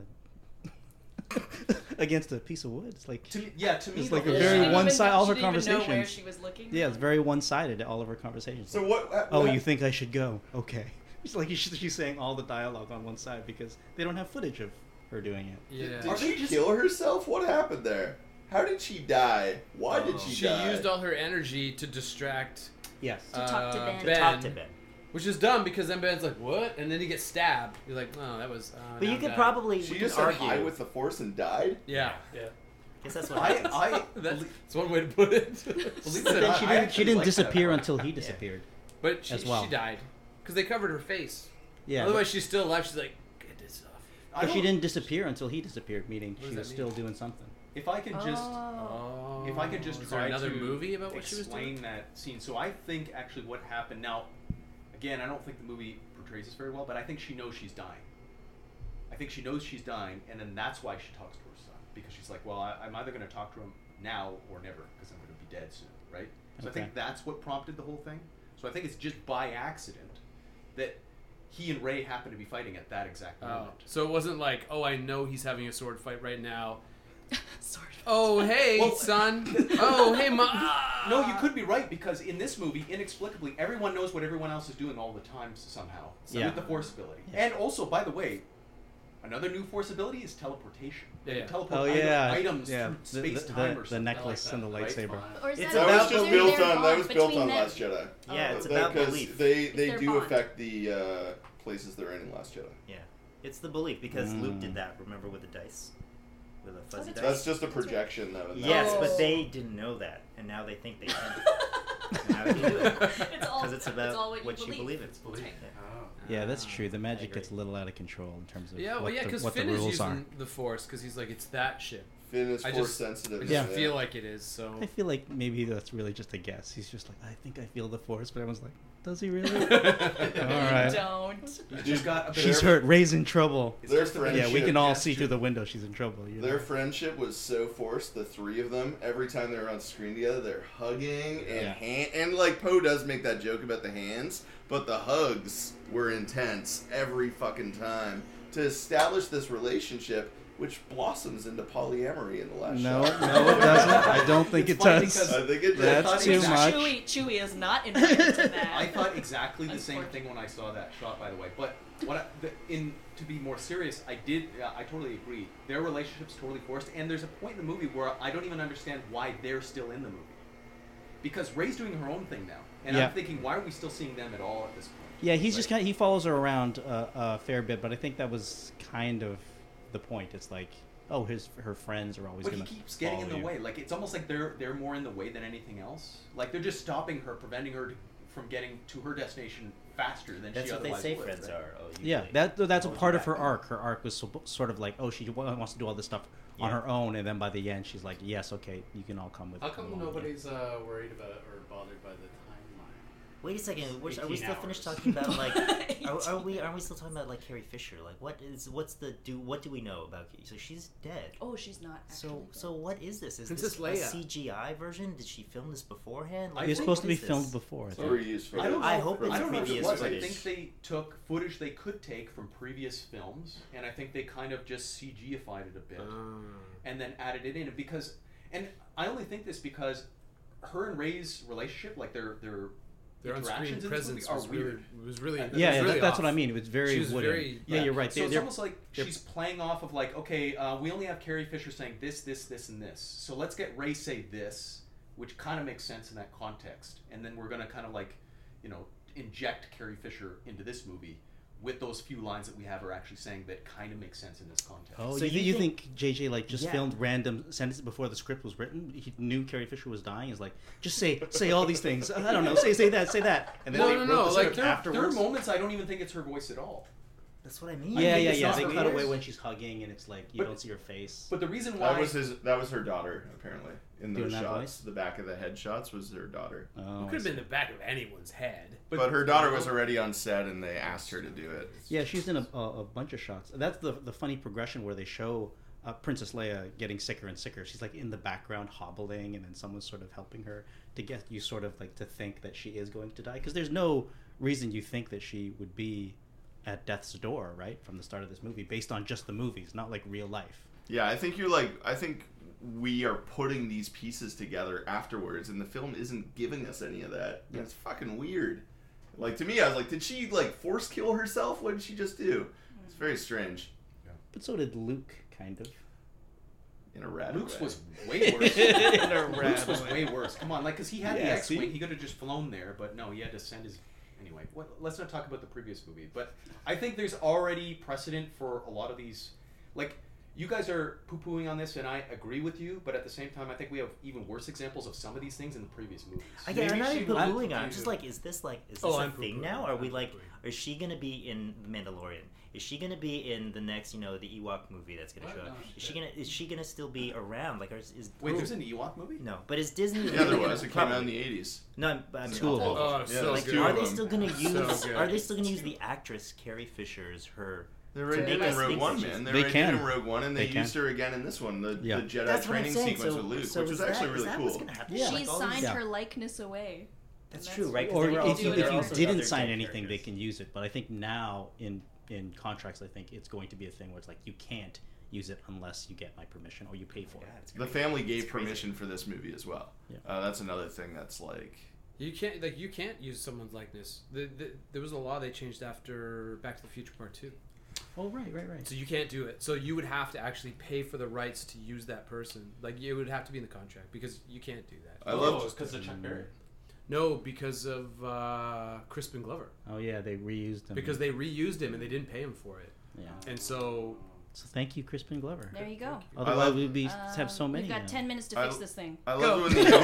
Speaker 3: against a piece of wood. It's like
Speaker 7: To me, yeah, to me,
Speaker 3: It's
Speaker 7: the
Speaker 3: like a
Speaker 7: whole-
Speaker 2: She
Speaker 3: very
Speaker 2: didn't
Speaker 3: one
Speaker 2: even
Speaker 3: side-
Speaker 2: know-
Speaker 3: all
Speaker 2: she
Speaker 3: her
Speaker 2: didn't even know where
Speaker 3: conversations.
Speaker 2: she was looking.
Speaker 3: yeah, it's very one-sided. All of her conversations.
Speaker 5: so, what? what-
Speaker 3: oh,
Speaker 5: what-
Speaker 3: you think I should go? Okay. It's like she's she's saying all the dialogue on one side because they don't have footage of her doing it.
Speaker 5: Did,
Speaker 4: Yeah.
Speaker 7: Are
Speaker 5: she
Speaker 7: they just-
Speaker 5: kill herself? What happened there? How did she die? Why
Speaker 6: Oh.
Speaker 5: did she,
Speaker 4: She
Speaker 5: die?
Speaker 4: used all her energy to distract
Speaker 3: Yes.
Speaker 2: To talk to
Speaker 4: uh,
Speaker 2: Ben.
Speaker 6: To talk to Ben.
Speaker 4: Which is dumb because then Ben's like, "What?" and then he gets stabbed. You're like, "Oh, that was." Uh,
Speaker 6: But
Speaker 4: now
Speaker 6: you
Speaker 4: I'm
Speaker 6: could
Speaker 4: done."
Speaker 6: probably
Speaker 5: she
Speaker 6: we
Speaker 5: just
Speaker 6: could
Speaker 5: said hi
Speaker 6: argue.
Speaker 5: with the force and died.
Speaker 4: Yeah,
Speaker 8: Yeah.
Speaker 6: Guess that's what happens.
Speaker 7: I, I,
Speaker 4: that's, that's one way to put it.
Speaker 7: Believe it or
Speaker 3: But
Speaker 7: not,
Speaker 3: then
Speaker 7: I
Speaker 3: she didn't,
Speaker 7: actually
Speaker 3: she didn't
Speaker 7: like that
Speaker 3: disappear
Speaker 7: part.
Speaker 3: until he disappeared.
Speaker 4: but she,
Speaker 3: As well.
Speaker 4: she died because they covered her face.
Speaker 3: Yeah.
Speaker 4: Otherwise, she's still alive. She's like, "Get this off."
Speaker 7: I
Speaker 3: but she
Speaker 7: don't-
Speaker 3: didn't disappear until he disappeared, meaning
Speaker 4: does
Speaker 3: she
Speaker 4: that
Speaker 3: was
Speaker 4: mean?
Speaker 3: still doing something.
Speaker 7: If I could just,
Speaker 2: Oh.
Speaker 4: Oh,
Speaker 7: if I could just
Speaker 4: is
Speaker 7: try
Speaker 4: there another
Speaker 7: to
Speaker 4: movie about what she was
Speaker 7: explain
Speaker 4: doing.
Speaker 7: that scene. So I think actually what happened now. Again, I don't think the movie portrays this very well, but I think she knows she's dying. I think she knows she's dying, and then that's why she talks to her son because she's like, "Well, I, I'm either going to talk to him now or never because I'm going to be dead soon, right?" So I
Speaker 3: Okay.
Speaker 7: think that's what prompted the whole thing. So I think it's just by accident that he and Ray happen to be fighting at that exact
Speaker 4: Oh,
Speaker 7: moment.
Speaker 4: so it wasn't like, "Oh, I know he's having a sword fight right now."
Speaker 2: Sort of.
Speaker 4: Oh, hey,
Speaker 7: Well-
Speaker 4: son. oh, hey, mom.
Speaker 7: No, you could be right because in this movie, inexplicably, everyone knows what everyone else is doing all the time s- somehow so
Speaker 3: Yeah.
Speaker 7: with the force ability.
Speaker 3: Yeah.
Speaker 7: And also, by the way, another new force ability is teleportation.
Speaker 4: Yeah,
Speaker 7: You
Speaker 4: yeah.
Speaker 7: teleport item- items
Speaker 3: The,
Speaker 7: through
Speaker 3: Oh, the,
Speaker 7: space time
Speaker 3: the,
Speaker 7: or
Speaker 3: the
Speaker 7: something.
Speaker 3: necklace and the
Speaker 7: like that,
Speaker 3: lightsaber.
Speaker 2: Or is
Speaker 6: It's
Speaker 2: that
Speaker 5: That was
Speaker 6: about
Speaker 5: just
Speaker 6: belief.
Speaker 2: their
Speaker 5: built on. That
Speaker 2: bond
Speaker 5: was built
Speaker 2: between
Speaker 5: on
Speaker 2: them?
Speaker 5: Last Jedi.
Speaker 6: Yeah,
Speaker 2: Oh.
Speaker 6: it's
Speaker 5: That-
Speaker 6: about
Speaker 5: 'cause
Speaker 6: belief.
Speaker 5: They they
Speaker 2: their
Speaker 5: do
Speaker 2: bond.
Speaker 5: affect the uh, places they're in in Last Jedi.
Speaker 6: Yeah, it's the belief because Luke
Speaker 3: Mm.
Speaker 6: did that. Remember with the dice, with a fuzzy
Speaker 2: that's
Speaker 6: dice.
Speaker 5: That's just a
Speaker 2: That's right.
Speaker 5: projection, though. and that
Speaker 6: Yes,
Speaker 5: was-
Speaker 6: but
Speaker 2: Oh.
Speaker 6: they didn't know that, and now they think they can. Now they do it.
Speaker 2: it's all
Speaker 6: Because it's about
Speaker 2: all
Speaker 6: what, you believe, in.
Speaker 8: It's belief. Oh.
Speaker 3: Yeah, that's true. The magic
Speaker 6: agree.
Speaker 3: gets a little out of control in terms of
Speaker 4: Yeah,
Speaker 3: what,
Speaker 4: well, yeah,
Speaker 3: the,
Speaker 4: because
Speaker 3: what the
Speaker 4: Finn is
Speaker 3: rules
Speaker 4: using
Speaker 3: are.
Speaker 4: the Force because he's like, it's that shit.
Speaker 5: Finn is
Speaker 4: I
Speaker 5: force
Speaker 4: just-
Speaker 5: sensitive.
Speaker 4: I
Speaker 5: yeah.
Speaker 4: just feel like it is. So
Speaker 3: I feel like maybe that's really just a guess. He's just like, I think I feel the force, but everyone's like, does he really? All right.
Speaker 2: Don't.
Speaker 7: You just got a bit
Speaker 3: She's
Speaker 7: of-
Speaker 3: hurt. Ray's in trouble.
Speaker 7: It's
Speaker 5: Their
Speaker 7: just a
Speaker 3: Yeah,
Speaker 5: friendship.
Speaker 3: we can all see
Speaker 7: gesture.
Speaker 3: through the window. She's in trouble. You
Speaker 5: Their
Speaker 3: know?
Speaker 5: friendship was so forced. The three of them, every time they're on screen together, they're hugging and
Speaker 3: Yeah.
Speaker 5: hand, and like Poe does make that joke about the hands, but the hugs were intense every fucking time to establish this relationship, which blossoms into polyamory in the last.
Speaker 3: No,
Speaker 5: shot.
Speaker 3: no, it doesn't. I don't think
Speaker 7: It's
Speaker 3: it
Speaker 7: funny
Speaker 3: does.
Speaker 7: because
Speaker 5: I think it did.
Speaker 3: That's
Speaker 7: thought
Speaker 3: too
Speaker 7: exactly-
Speaker 3: much.
Speaker 2: Chewy, Chewy is not invited to that.
Speaker 7: I thought exactly the same thing when I saw that shot, by the way. But what I, the, in to be more serious, I did. yeah, I totally agree. Their relationship's totally forced, and there's a point in the movie where I don't even understand why they're still in the movie, because Ray's doing her own thing now, and
Speaker 3: Yeah.
Speaker 7: I'm thinking, why are we still seeing them at all at this point?
Speaker 3: Yeah, he's just kind. Of, he follows her around a, a fair bit, but I think that was kind of the point. It's like, oh, his her friends are always
Speaker 7: But he
Speaker 3: gonna.
Speaker 7: keeps getting in
Speaker 3: follow
Speaker 7: the
Speaker 3: you.
Speaker 7: way. Like it's almost like they're they're more in the way than anything else. Like they're just stopping her, preventing her to, from getting to her destination faster than
Speaker 6: That's
Speaker 7: she
Speaker 6: what they
Speaker 7: otherwise
Speaker 6: say
Speaker 7: would.
Speaker 6: friends
Speaker 7: right?
Speaker 6: are. Oh, you
Speaker 3: Yeah,
Speaker 6: play.
Speaker 3: that that's a
Speaker 7: Goes
Speaker 3: part of
Speaker 7: back.
Speaker 3: her arc. Her arc was so, sort of like, oh, she wa- wants to do all this stuff on
Speaker 6: Yeah.
Speaker 3: her own, and then by the end, she's like, yes, okay, you can all come with.
Speaker 8: How
Speaker 3: along
Speaker 8: come
Speaker 3: with me.
Speaker 8: nobody's uh, worried about or bothered by the
Speaker 6: Wait a second. Which, are we
Speaker 8: 18
Speaker 6: still finished
Speaker 8: hours.
Speaker 6: talking about like? Are, are we? Are we still talking about like Carrie Fisher? Like, what is? What's the do? What do we know about? So she's dead.
Speaker 2: Oh, she's not. Actually
Speaker 6: So
Speaker 2: dead.
Speaker 6: so what is this? Is
Speaker 4: Princess
Speaker 6: this a
Speaker 4: Leia.
Speaker 6: CGI version? Did she film this beforehand?
Speaker 7: I
Speaker 3: It was
Speaker 7: think-
Speaker 3: supposed to
Speaker 6: what
Speaker 3: be
Speaker 6: is this?
Speaker 3: filmed before. I
Speaker 5: So
Speaker 3: think.
Speaker 5: we're used for
Speaker 7: I don't
Speaker 5: that.
Speaker 7: know
Speaker 6: I
Speaker 7: if-
Speaker 6: hope it's
Speaker 7: I don't know if it
Speaker 6: previous
Speaker 7: was. I
Speaker 6: footage.
Speaker 7: think they took footage they could take from previous films, and I think they kind of just CGified it a bit and then added it in because. And I only think this because her and Ray's relationship, like their their
Speaker 4: their
Speaker 7: interactions
Speaker 4: on-screen
Speaker 7: in this
Speaker 4: presence
Speaker 7: movie are
Speaker 4: was really,
Speaker 7: weird.
Speaker 4: was really
Speaker 7: Yeah,
Speaker 4: it
Speaker 3: Yeah,
Speaker 4: was
Speaker 3: yeah
Speaker 4: really
Speaker 3: that, that's
Speaker 4: off.
Speaker 3: what I mean. It was very
Speaker 4: She was
Speaker 3: wooden.
Speaker 4: very-
Speaker 3: yeah, you're right.
Speaker 7: So
Speaker 3: They-
Speaker 7: it's
Speaker 3: they're-
Speaker 7: almost like
Speaker 3: they're-
Speaker 7: she's playing off of like, okay, uh, we only have Carrie Fisher saying this, this, this, and this. So let's get Ray say this, which kind of makes sense in that context, and then we're gonna kind of like, you know, inject Carrie Fisher into this movie with those few lines that we have her actually saying that kind of makes sense in this context.
Speaker 3: Oh,
Speaker 6: So
Speaker 3: you, thi-
Speaker 6: you
Speaker 3: you think, JJ like just
Speaker 6: Yeah.
Speaker 3: filmed random sentences before the script was written? He knew Carrie Fisher was dying. He's like, just say say all these things. I don't know. Say say that. Say that. And
Speaker 4: No,
Speaker 3: they
Speaker 4: no,
Speaker 3: wrote
Speaker 4: no,
Speaker 3: the
Speaker 4: like,
Speaker 3: script
Speaker 7: there, are- there are
Speaker 3: afterwards.
Speaker 7: moments I don't even think it's her voice at all.
Speaker 6: That's what I mean.
Speaker 3: yeah,
Speaker 7: think
Speaker 3: yeah,
Speaker 7: it's
Speaker 3: yeah.
Speaker 7: not
Speaker 3: They
Speaker 7: her
Speaker 3: cut away
Speaker 7: voice.
Speaker 3: when she's hugging, and it's like you
Speaker 7: But-
Speaker 3: don't see her face.
Speaker 7: But the reason why
Speaker 5: That was his. That was her daughter, apparently. In
Speaker 3: Doing
Speaker 5: those
Speaker 3: that
Speaker 5: shots,
Speaker 3: voice?
Speaker 5: the back of the head shots was her daughter.
Speaker 3: Oh,
Speaker 4: It could have been the back of anyone's head.
Speaker 5: But, her daughter was already on set, and they asked her to do it.
Speaker 3: Yeah, she's in a, a, a bunch of shots. That's the the funny progression where they show uh, Princess Leia getting sicker and sicker. She's like in the background hobbling, and then someone's sort of helping her to get you sort of like to think that she is going to die because there's no reason you think that she would be at death's door right from the start of this movie based on just the movies, not like real life.
Speaker 5: Yeah, I think you're like I think we are putting these pieces together afterwards and the film isn't giving us any of that. And it's fucking weird. Like to me I was like, did she like force kill herself? What did she just do? It's very strange.
Speaker 3: But so did Luke, kind of.
Speaker 5: In a rat.
Speaker 7: Luke's
Speaker 5: way.
Speaker 7: was way worse.
Speaker 3: In a
Speaker 7: Luke's
Speaker 3: rad
Speaker 7: was
Speaker 3: way.
Speaker 7: way worse. Come on, like, cause he had the
Speaker 3: Yeah,
Speaker 7: X wing,
Speaker 3: see?
Speaker 7: he could have just flown there, but no, he had to send his. Anyway, what, let's not talk about the previous movie, but I think there's already precedent for a lot of these. Like, you guys are poo pooing on this, and I agree with you, but at the same time, I think we have even worse examples of some of these things in the previous movies.
Speaker 6: I get, I'm
Speaker 8: Maybe
Speaker 6: not
Speaker 8: she
Speaker 6: even
Speaker 8: wants
Speaker 6: poo-pooing
Speaker 8: to
Speaker 6: on. it. I'm
Speaker 8: do-
Speaker 6: just like, is this like, is this
Speaker 4: Oh,
Speaker 6: a
Speaker 4: I'm
Speaker 6: thing
Speaker 4: poo-pooing.
Speaker 6: now? Are we
Speaker 4: I'm
Speaker 6: like,
Speaker 4: poo-pooing.
Speaker 6: is she gonna be in The Mandalorian? Is she gonna be in the next, you know, the Ewok movie that's gonna
Speaker 8: What?
Speaker 6: show up?
Speaker 8: No,
Speaker 6: Is she
Speaker 8: shit.
Speaker 6: gonna, is she gonna still be around? Like, or is, is
Speaker 7: Wait,
Speaker 6: who-
Speaker 7: there's an Ewok movie?
Speaker 6: no, but is Disney?
Speaker 5: Yeah, there was. It came
Speaker 6: Probably.
Speaker 5: out in the eighties.
Speaker 6: No, I'm, but I mean,
Speaker 3: Two of
Speaker 6: all
Speaker 3: them.
Speaker 4: Oh,
Speaker 5: Yeah,
Speaker 4: so
Speaker 5: that's
Speaker 6: Like,
Speaker 4: good.
Speaker 5: two
Speaker 6: are
Speaker 5: of
Speaker 6: they
Speaker 5: them.
Speaker 6: still gonna
Speaker 4: So
Speaker 6: use?
Speaker 4: good.
Speaker 6: are they still gonna use the actress Carrie Fisher's her?
Speaker 5: They already
Speaker 6: To
Speaker 5: did
Speaker 6: make
Speaker 5: it in
Speaker 6: us
Speaker 5: Rogue
Speaker 6: think
Speaker 5: One,
Speaker 6: that
Speaker 5: man. They,
Speaker 3: They
Speaker 5: already
Speaker 3: can.
Speaker 5: did it in Rogue One and they,
Speaker 3: They can.
Speaker 5: used her again in this one, the,
Speaker 3: Yeah.
Speaker 5: the Jedi
Speaker 6: That's what I'm
Speaker 5: training
Speaker 6: saying.
Speaker 5: sequence
Speaker 6: So,
Speaker 5: with Luke,
Speaker 6: so
Speaker 5: which
Speaker 6: is
Speaker 5: was actually
Speaker 6: that, is
Speaker 5: really
Speaker 6: that
Speaker 5: cool.
Speaker 6: What's gonna happen?
Speaker 3: Yeah.
Speaker 2: she
Speaker 6: Like, all these-
Speaker 2: signed
Speaker 3: Yeah.
Speaker 2: her likeness away.
Speaker 6: That's
Speaker 2: And
Speaker 6: true,
Speaker 2: that's-
Speaker 6: right? 'Cause
Speaker 3: Or
Speaker 6: they were
Speaker 3: if
Speaker 6: also-
Speaker 3: you,
Speaker 6: there
Speaker 3: if
Speaker 6: were
Speaker 3: you
Speaker 6: also other
Speaker 3: didn't
Speaker 6: dead
Speaker 3: sign anything, they
Speaker 6: characters.
Speaker 3: can use it. But I think now in in contracts, I think it's going to be a thing where it's like you can't use it unless you get my permission or you pay for
Speaker 6: Yeah,
Speaker 3: it.
Speaker 6: it's
Speaker 5: The
Speaker 6: crazy.
Speaker 5: family gave
Speaker 6: It's crazy.
Speaker 5: permission for this movie as well.
Speaker 3: Yeah.
Speaker 5: Uh, that's another thing that's like
Speaker 4: You can't like you can't use someone's likeness. The, the, there was a law they changed after Back to the Future Part Two,
Speaker 3: Oh right, right, right.
Speaker 4: so you can't do it. So you would have to actually pay for the rights to use that person. Like it would have to be in the contract because you can't do that.
Speaker 5: I love
Speaker 7: just because of Chuck Berry.
Speaker 4: No, because of uh, Crispin Glover,
Speaker 3: Oh yeah, they reused them.
Speaker 4: because they reused him and they didn't pay him for it.
Speaker 3: yeah.
Speaker 4: And so
Speaker 3: So thank you, Crispin Glover.
Speaker 2: There you go.
Speaker 3: Otherwise,
Speaker 5: love-
Speaker 3: we'd be
Speaker 2: Um,
Speaker 3: have so many.
Speaker 2: We've got
Speaker 3: now.
Speaker 2: ten minutes to
Speaker 5: I-
Speaker 2: fix this thing.
Speaker 5: I
Speaker 4: Go.
Speaker 5: love when they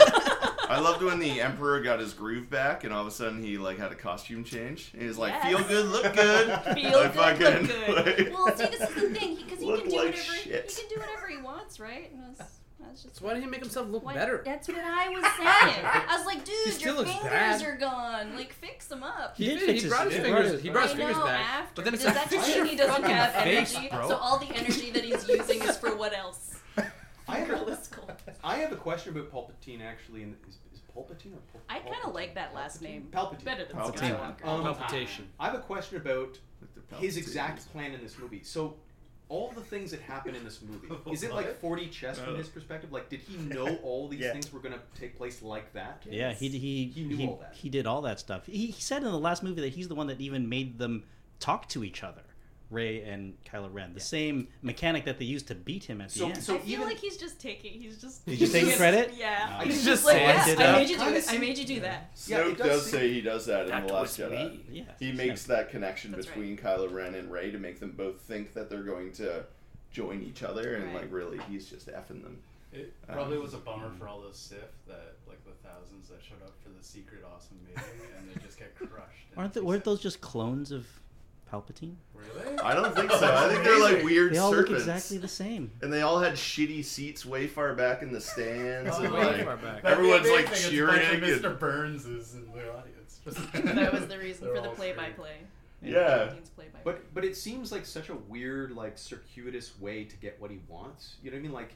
Speaker 5: I loved when the emperor got his groove back, and all of a sudden he like had a costume change. And he was like, "Feel
Speaker 2: Yes.
Speaker 5: good, look good,
Speaker 2: Feel
Speaker 5: I
Speaker 2: good,
Speaker 5: fucking-
Speaker 2: look good.
Speaker 5: like-
Speaker 2: well, see, this is the thing because he,
Speaker 5: Look
Speaker 2: can do
Speaker 5: like
Speaker 2: whatever
Speaker 5: shit.
Speaker 2: he can do whatever he wants, right? And that's, that's just
Speaker 4: So why did he make himself look
Speaker 2: what-
Speaker 4: better?
Speaker 2: That's what I was saying. I was like, dude,
Speaker 4: still
Speaker 2: your
Speaker 4: looks
Speaker 2: fingers
Speaker 4: bad.
Speaker 2: are gone. Like, fix them up.
Speaker 3: He
Speaker 4: He
Speaker 3: did
Speaker 4: did.
Speaker 3: fix
Speaker 4: He
Speaker 3: his-
Speaker 4: brought his
Speaker 3: he brought
Speaker 4: fingers.
Speaker 3: it.
Speaker 4: He brought his
Speaker 2: I know
Speaker 4: fingers back.
Speaker 2: after,
Speaker 4: But then it's
Speaker 2: does
Speaker 4: like,
Speaker 2: that
Speaker 4: fix
Speaker 2: mean
Speaker 4: your
Speaker 2: he doesn't
Speaker 4: fucking
Speaker 2: have
Speaker 4: face,
Speaker 2: energy?
Speaker 4: bro.
Speaker 2: So all the energy that he's using is for what else?
Speaker 7: I have, a,
Speaker 2: Let's go.
Speaker 7: I have a question about Palpatine actually. And is, is Palpatine or Pal-
Speaker 2: I kinda
Speaker 7: Palpatine?
Speaker 2: like that last
Speaker 7: Palpatine?
Speaker 2: name.
Speaker 7: Palpatine.
Speaker 2: Better than
Speaker 5: Palpatine.
Speaker 2: Skywalker.
Speaker 7: Um,
Speaker 4: Palpitation.
Speaker 7: I have a question about
Speaker 5: Look at
Speaker 7: his
Speaker 5: Palpatine.
Speaker 7: exact plan in this movie. So, all the things that happen in this movie, is it like 40 chess from
Speaker 5: No.
Speaker 7: his perspective? Like, did he know all these
Speaker 3: Yeah.
Speaker 7: things were going to take place like that?
Speaker 3: Yeah, he he
Speaker 7: He knew
Speaker 3: he,
Speaker 7: all that.
Speaker 3: he did all that stuff. He, he said in the last movie that he's the one that even made them talk to each other, Ray and Kylo Ren. The same mechanic that they used to beat him at the
Speaker 7: So-
Speaker 3: end.
Speaker 7: so-
Speaker 2: I feel
Speaker 7: even-
Speaker 2: like he's just taking. He's just.
Speaker 3: Did you take
Speaker 2: he's-
Speaker 3: credit?
Speaker 2: Yeah.
Speaker 7: He's
Speaker 2: He's
Speaker 7: just
Speaker 2: like,
Speaker 3: saying
Speaker 2: yeah,
Speaker 3: it
Speaker 2: I
Speaker 3: up.
Speaker 2: made you do
Speaker 7: Kinda
Speaker 2: it. I
Speaker 7: seem-
Speaker 2: made you do that.
Speaker 7: Yeah,
Speaker 5: Snoke
Speaker 7: it
Speaker 5: does,
Speaker 7: does seem-
Speaker 5: say he does that in
Speaker 6: That
Speaker 5: the Last
Speaker 6: was
Speaker 5: Jedi.
Speaker 6: me.
Speaker 3: yeah,
Speaker 5: He makes that connection
Speaker 2: That's
Speaker 5: between Kylo Ren and Ray to make them both think that they're going to join each other, and
Speaker 2: Right.
Speaker 5: like really, he's just effing them.
Speaker 8: It
Speaker 5: Um,
Speaker 8: probably was a bummer for all those Sith that, like, the thousands that showed up for the secret awesome meeting, and they just get crushed. in
Speaker 3: aren't they,
Speaker 8: two
Speaker 3: weren't those
Speaker 8: seconds.
Speaker 3: just clones of Palpatine?
Speaker 8: Really?
Speaker 5: I don't think so. I think they're like weird
Speaker 3: They all
Speaker 5: serpents,
Speaker 3: look exactly the same.
Speaker 5: and they all had shitty seats way far back in the stands. and,
Speaker 8: Oh,
Speaker 5: like,
Speaker 8: way
Speaker 4: far back.
Speaker 8: That'd be
Speaker 5: Everyone's, like,
Speaker 8: amazing. It's a
Speaker 5: cheering
Speaker 8: bunch
Speaker 5: and-
Speaker 8: of Mr. Burns is in their audience.
Speaker 2: That was the reason
Speaker 8: They're
Speaker 2: for the
Speaker 8: all
Speaker 2: play-by-play.
Speaker 5: Yeah.
Speaker 2: Palpatine's play-by-play.
Speaker 7: But but it seems like such a weird, like circuitous way to get what he wants. You know what I mean? Like,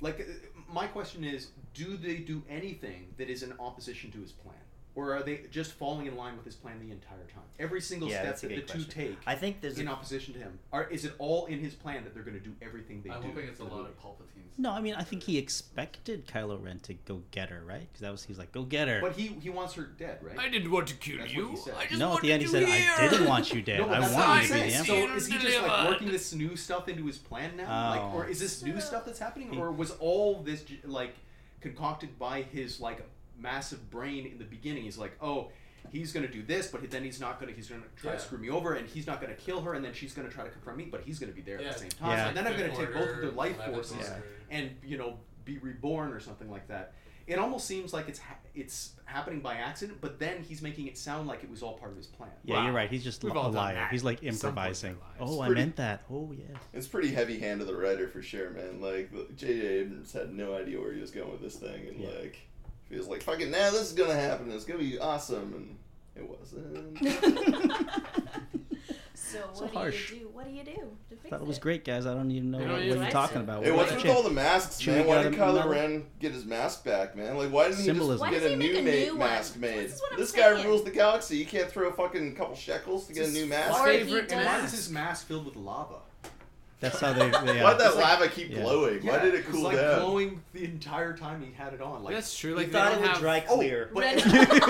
Speaker 7: like uh, my question is, do they do anything that is in opposition to his plan, or are they just falling in line with his plan the entire time? Every single
Speaker 6: Yeah,
Speaker 7: step
Speaker 6: that's a
Speaker 7: that the
Speaker 6: good
Speaker 7: two
Speaker 6: question.
Speaker 7: take
Speaker 6: I think there's
Speaker 7: in
Speaker 6: a,
Speaker 7: opposition to him, are is it all in his plan that they're going to do everything they
Speaker 8: I'm
Speaker 7: do?
Speaker 8: hoping it's a
Speaker 7: for the
Speaker 8: lot
Speaker 7: movie?
Speaker 8: of Palpatine's.
Speaker 3: No, I mean I think he expected Kylo Ren to go get her, right? Because that was he's like, go get her.
Speaker 7: But he he wants her dead, right?
Speaker 9: didn't want to kill
Speaker 7: That's what he
Speaker 9: you.
Speaker 7: said.
Speaker 9: I just
Speaker 3: no, at
Speaker 9: wanted
Speaker 3: the end he
Speaker 9: you
Speaker 3: said,
Speaker 9: here.
Speaker 3: I didn't want you dead.
Speaker 7: No, but
Speaker 3: I
Speaker 7: that's
Speaker 9: what
Speaker 3: want
Speaker 9: I'm
Speaker 3: you to be
Speaker 9: saying.
Speaker 3: the
Speaker 9: him.
Speaker 3: Emperor.
Speaker 7: So is he just like
Speaker 9: Delivered.
Speaker 7: working this new stuff into his plan now? Like,
Speaker 3: Oh.
Speaker 7: or is this new
Speaker 2: So-
Speaker 7: stuff that's happening, or was all this j- like concocted by his like massive brain in the beginning? He's like, oh, he's gonna do this, but then he's not gonna. Hees gonna try to
Speaker 8: Yeah.
Speaker 7: screw me over, and he's not gonna kill her, and then she's gonna try to confront me, but he's gonna be there at
Speaker 8: Yeah.
Speaker 7: the same time.
Speaker 3: Yeah.
Speaker 7: And then I'm gonna
Speaker 8: Good
Speaker 7: take both of their
Speaker 8: order,
Speaker 7: life
Speaker 8: eleven
Speaker 7: forces
Speaker 8: order.
Speaker 7: and you know be reborn or something like that. It almost seems like it's ha- it's happening by accident, but then he's making it sound like it was all part of his plan.
Speaker 3: Yeah,
Speaker 9: Wow.
Speaker 3: you're right. He's just
Speaker 9: We've
Speaker 3: li-
Speaker 9: all
Speaker 3: a
Speaker 9: done
Speaker 3: liar.
Speaker 9: that
Speaker 3: He's like
Speaker 9: at some point in our
Speaker 3: improvising.
Speaker 9: lives.
Speaker 3: Oh, I
Speaker 5: Pretty-
Speaker 3: meant that. Oh, yeah.
Speaker 5: It's pretty heavy hand of the writer for sure, man. Like the- J.J. Abrams had no idea where he was going with this thing, and
Speaker 3: Yeah.
Speaker 5: like he was like, "Fucking now, this is gonna happen. and It's gonna be awesome," and it wasn't.
Speaker 2: so what
Speaker 3: So
Speaker 2: do
Speaker 3: harsh.
Speaker 2: you do? What do you do to fix
Speaker 3: Thought it was
Speaker 2: it?
Speaker 3: great, guys. I don't even know
Speaker 9: I don't
Speaker 3: what,
Speaker 9: even
Speaker 3: what
Speaker 2: know.
Speaker 3: you're talking about.
Speaker 5: Hey,
Speaker 3: What
Speaker 5: what's
Speaker 3: about
Speaker 5: with
Speaker 3: the
Speaker 5: all
Speaker 3: chick?
Speaker 5: the masks,
Speaker 3: Chewie
Speaker 5: man? Why
Speaker 3: got
Speaker 5: did
Speaker 3: a
Speaker 5: Kylo
Speaker 3: medal?
Speaker 5: Ren get his mask back, man? Like, why didn't he
Speaker 3: Symbolism.
Speaker 5: just
Speaker 3: Why
Speaker 5: get
Speaker 2: does
Speaker 5: a
Speaker 2: he make
Speaker 5: new,
Speaker 2: a
Speaker 5: ma-
Speaker 2: new one?
Speaker 5: mask made?
Speaker 2: This is what I'm
Speaker 5: This guy
Speaker 2: saying.
Speaker 5: rules the galaxy. You can't throw a fucking couple shekels to get a new mask.
Speaker 2: Or
Speaker 4: My
Speaker 2: he
Speaker 4: favorite
Speaker 2: does-
Speaker 4: mask.
Speaker 7: Why is his mask filled with lava?
Speaker 3: That's how they. they
Speaker 5: Why'd that
Speaker 7: It's like-
Speaker 5: lava keep
Speaker 3: yeah.
Speaker 5: glowing? Why did it
Speaker 7: was
Speaker 5: cool
Speaker 7: like
Speaker 5: down?
Speaker 7: glowing the entire time he had it on. Like
Speaker 4: That's true.
Speaker 7: he
Speaker 4: Like they
Speaker 6: thought
Speaker 4: don't
Speaker 6: it would
Speaker 4: have
Speaker 6: dry
Speaker 7: Oh,
Speaker 6: clear.
Speaker 7: but
Speaker 2: Red-
Speaker 7: as,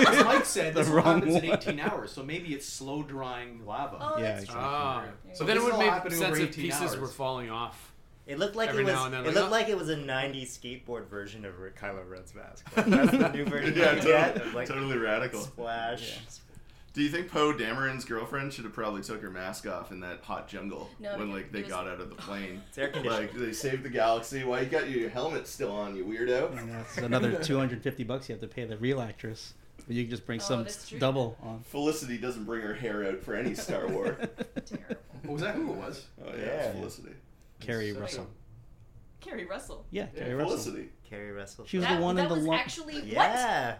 Speaker 7: as Mike said,
Speaker 3: The
Speaker 7: this
Speaker 3: wrong
Speaker 7: happens in
Speaker 3: one.
Speaker 7: 18 hours, so maybe it's slow drying lava.
Speaker 2: Oh,
Speaker 3: Yeah,
Speaker 2: that's
Speaker 3: it's
Speaker 2: true.
Speaker 4: Ah,
Speaker 7: So
Speaker 4: so then it
Speaker 7: this
Speaker 4: would
Speaker 7: all
Speaker 4: make
Speaker 7: happened over
Speaker 4: sense if
Speaker 7: 18
Speaker 4: pieces
Speaker 7: hours.
Speaker 4: were falling off.
Speaker 6: It looked like
Speaker 4: Every
Speaker 6: it was.
Speaker 4: now and then,
Speaker 6: it
Speaker 4: like,
Speaker 6: looked
Speaker 4: oh.
Speaker 6: like it was a '90s skateboard version of Kylo Ren's mask. Like, that's the new version.
Speaker 5: yeah,
Speaker 6: you
Speaker 5: totally,
Speaker 6: get of, like,
Speaker 5: totally radical.
Speaker 6: Splash.
Speaker 5: Do you think Poe Dameron's girlfriend should have probably took her mask off in that hot jungle
Speaker 2: No,
Speaker 5: when
Speaker 2: because
Speaker 5: like they
Speaker 2: it was-
Speaker 5: got out of the plane?
Speaker 6: It's air conditioned.
Speaker 5: like they saved the galaxy. Why you got your helmet still on, you weirdo?
Speaker 3: And that's another 250 bucks you have to pay the real actress. But you can just bring
Speaker 2: Oh,
Speaker 3: some
Speaker 2: that's true.
Speaker 3: double on.
Speaker 5: Felicity doesn't bring her hair out for any Star Wars.
Speaker 2: Terrible.
Speaker 7: Oh, was that who it was?
Speaker 5: Oh yeah,
Speaker 6: Yeah.
Speaker 5: It's Felicity.
Speaker 3: Carrie
Speaker 7: So-
Speaker 3: Russell.
Speaker 2: Carrie Russell.
Speaker 3: Yeah,
Speaker 5: Yeah,
Speaker 3: Carrie Russell.
Speaker 5: Felicity.
Speaker 6: Carrie Russell.
Speaker 3: She was
Speaker 2: that
Speaker 3: the one in
Speaker 2: that
Speaker 3: the
Speaker 2: was
Speaker 3: long.
Speaker 2: actually what?
Speaker 6: yeah.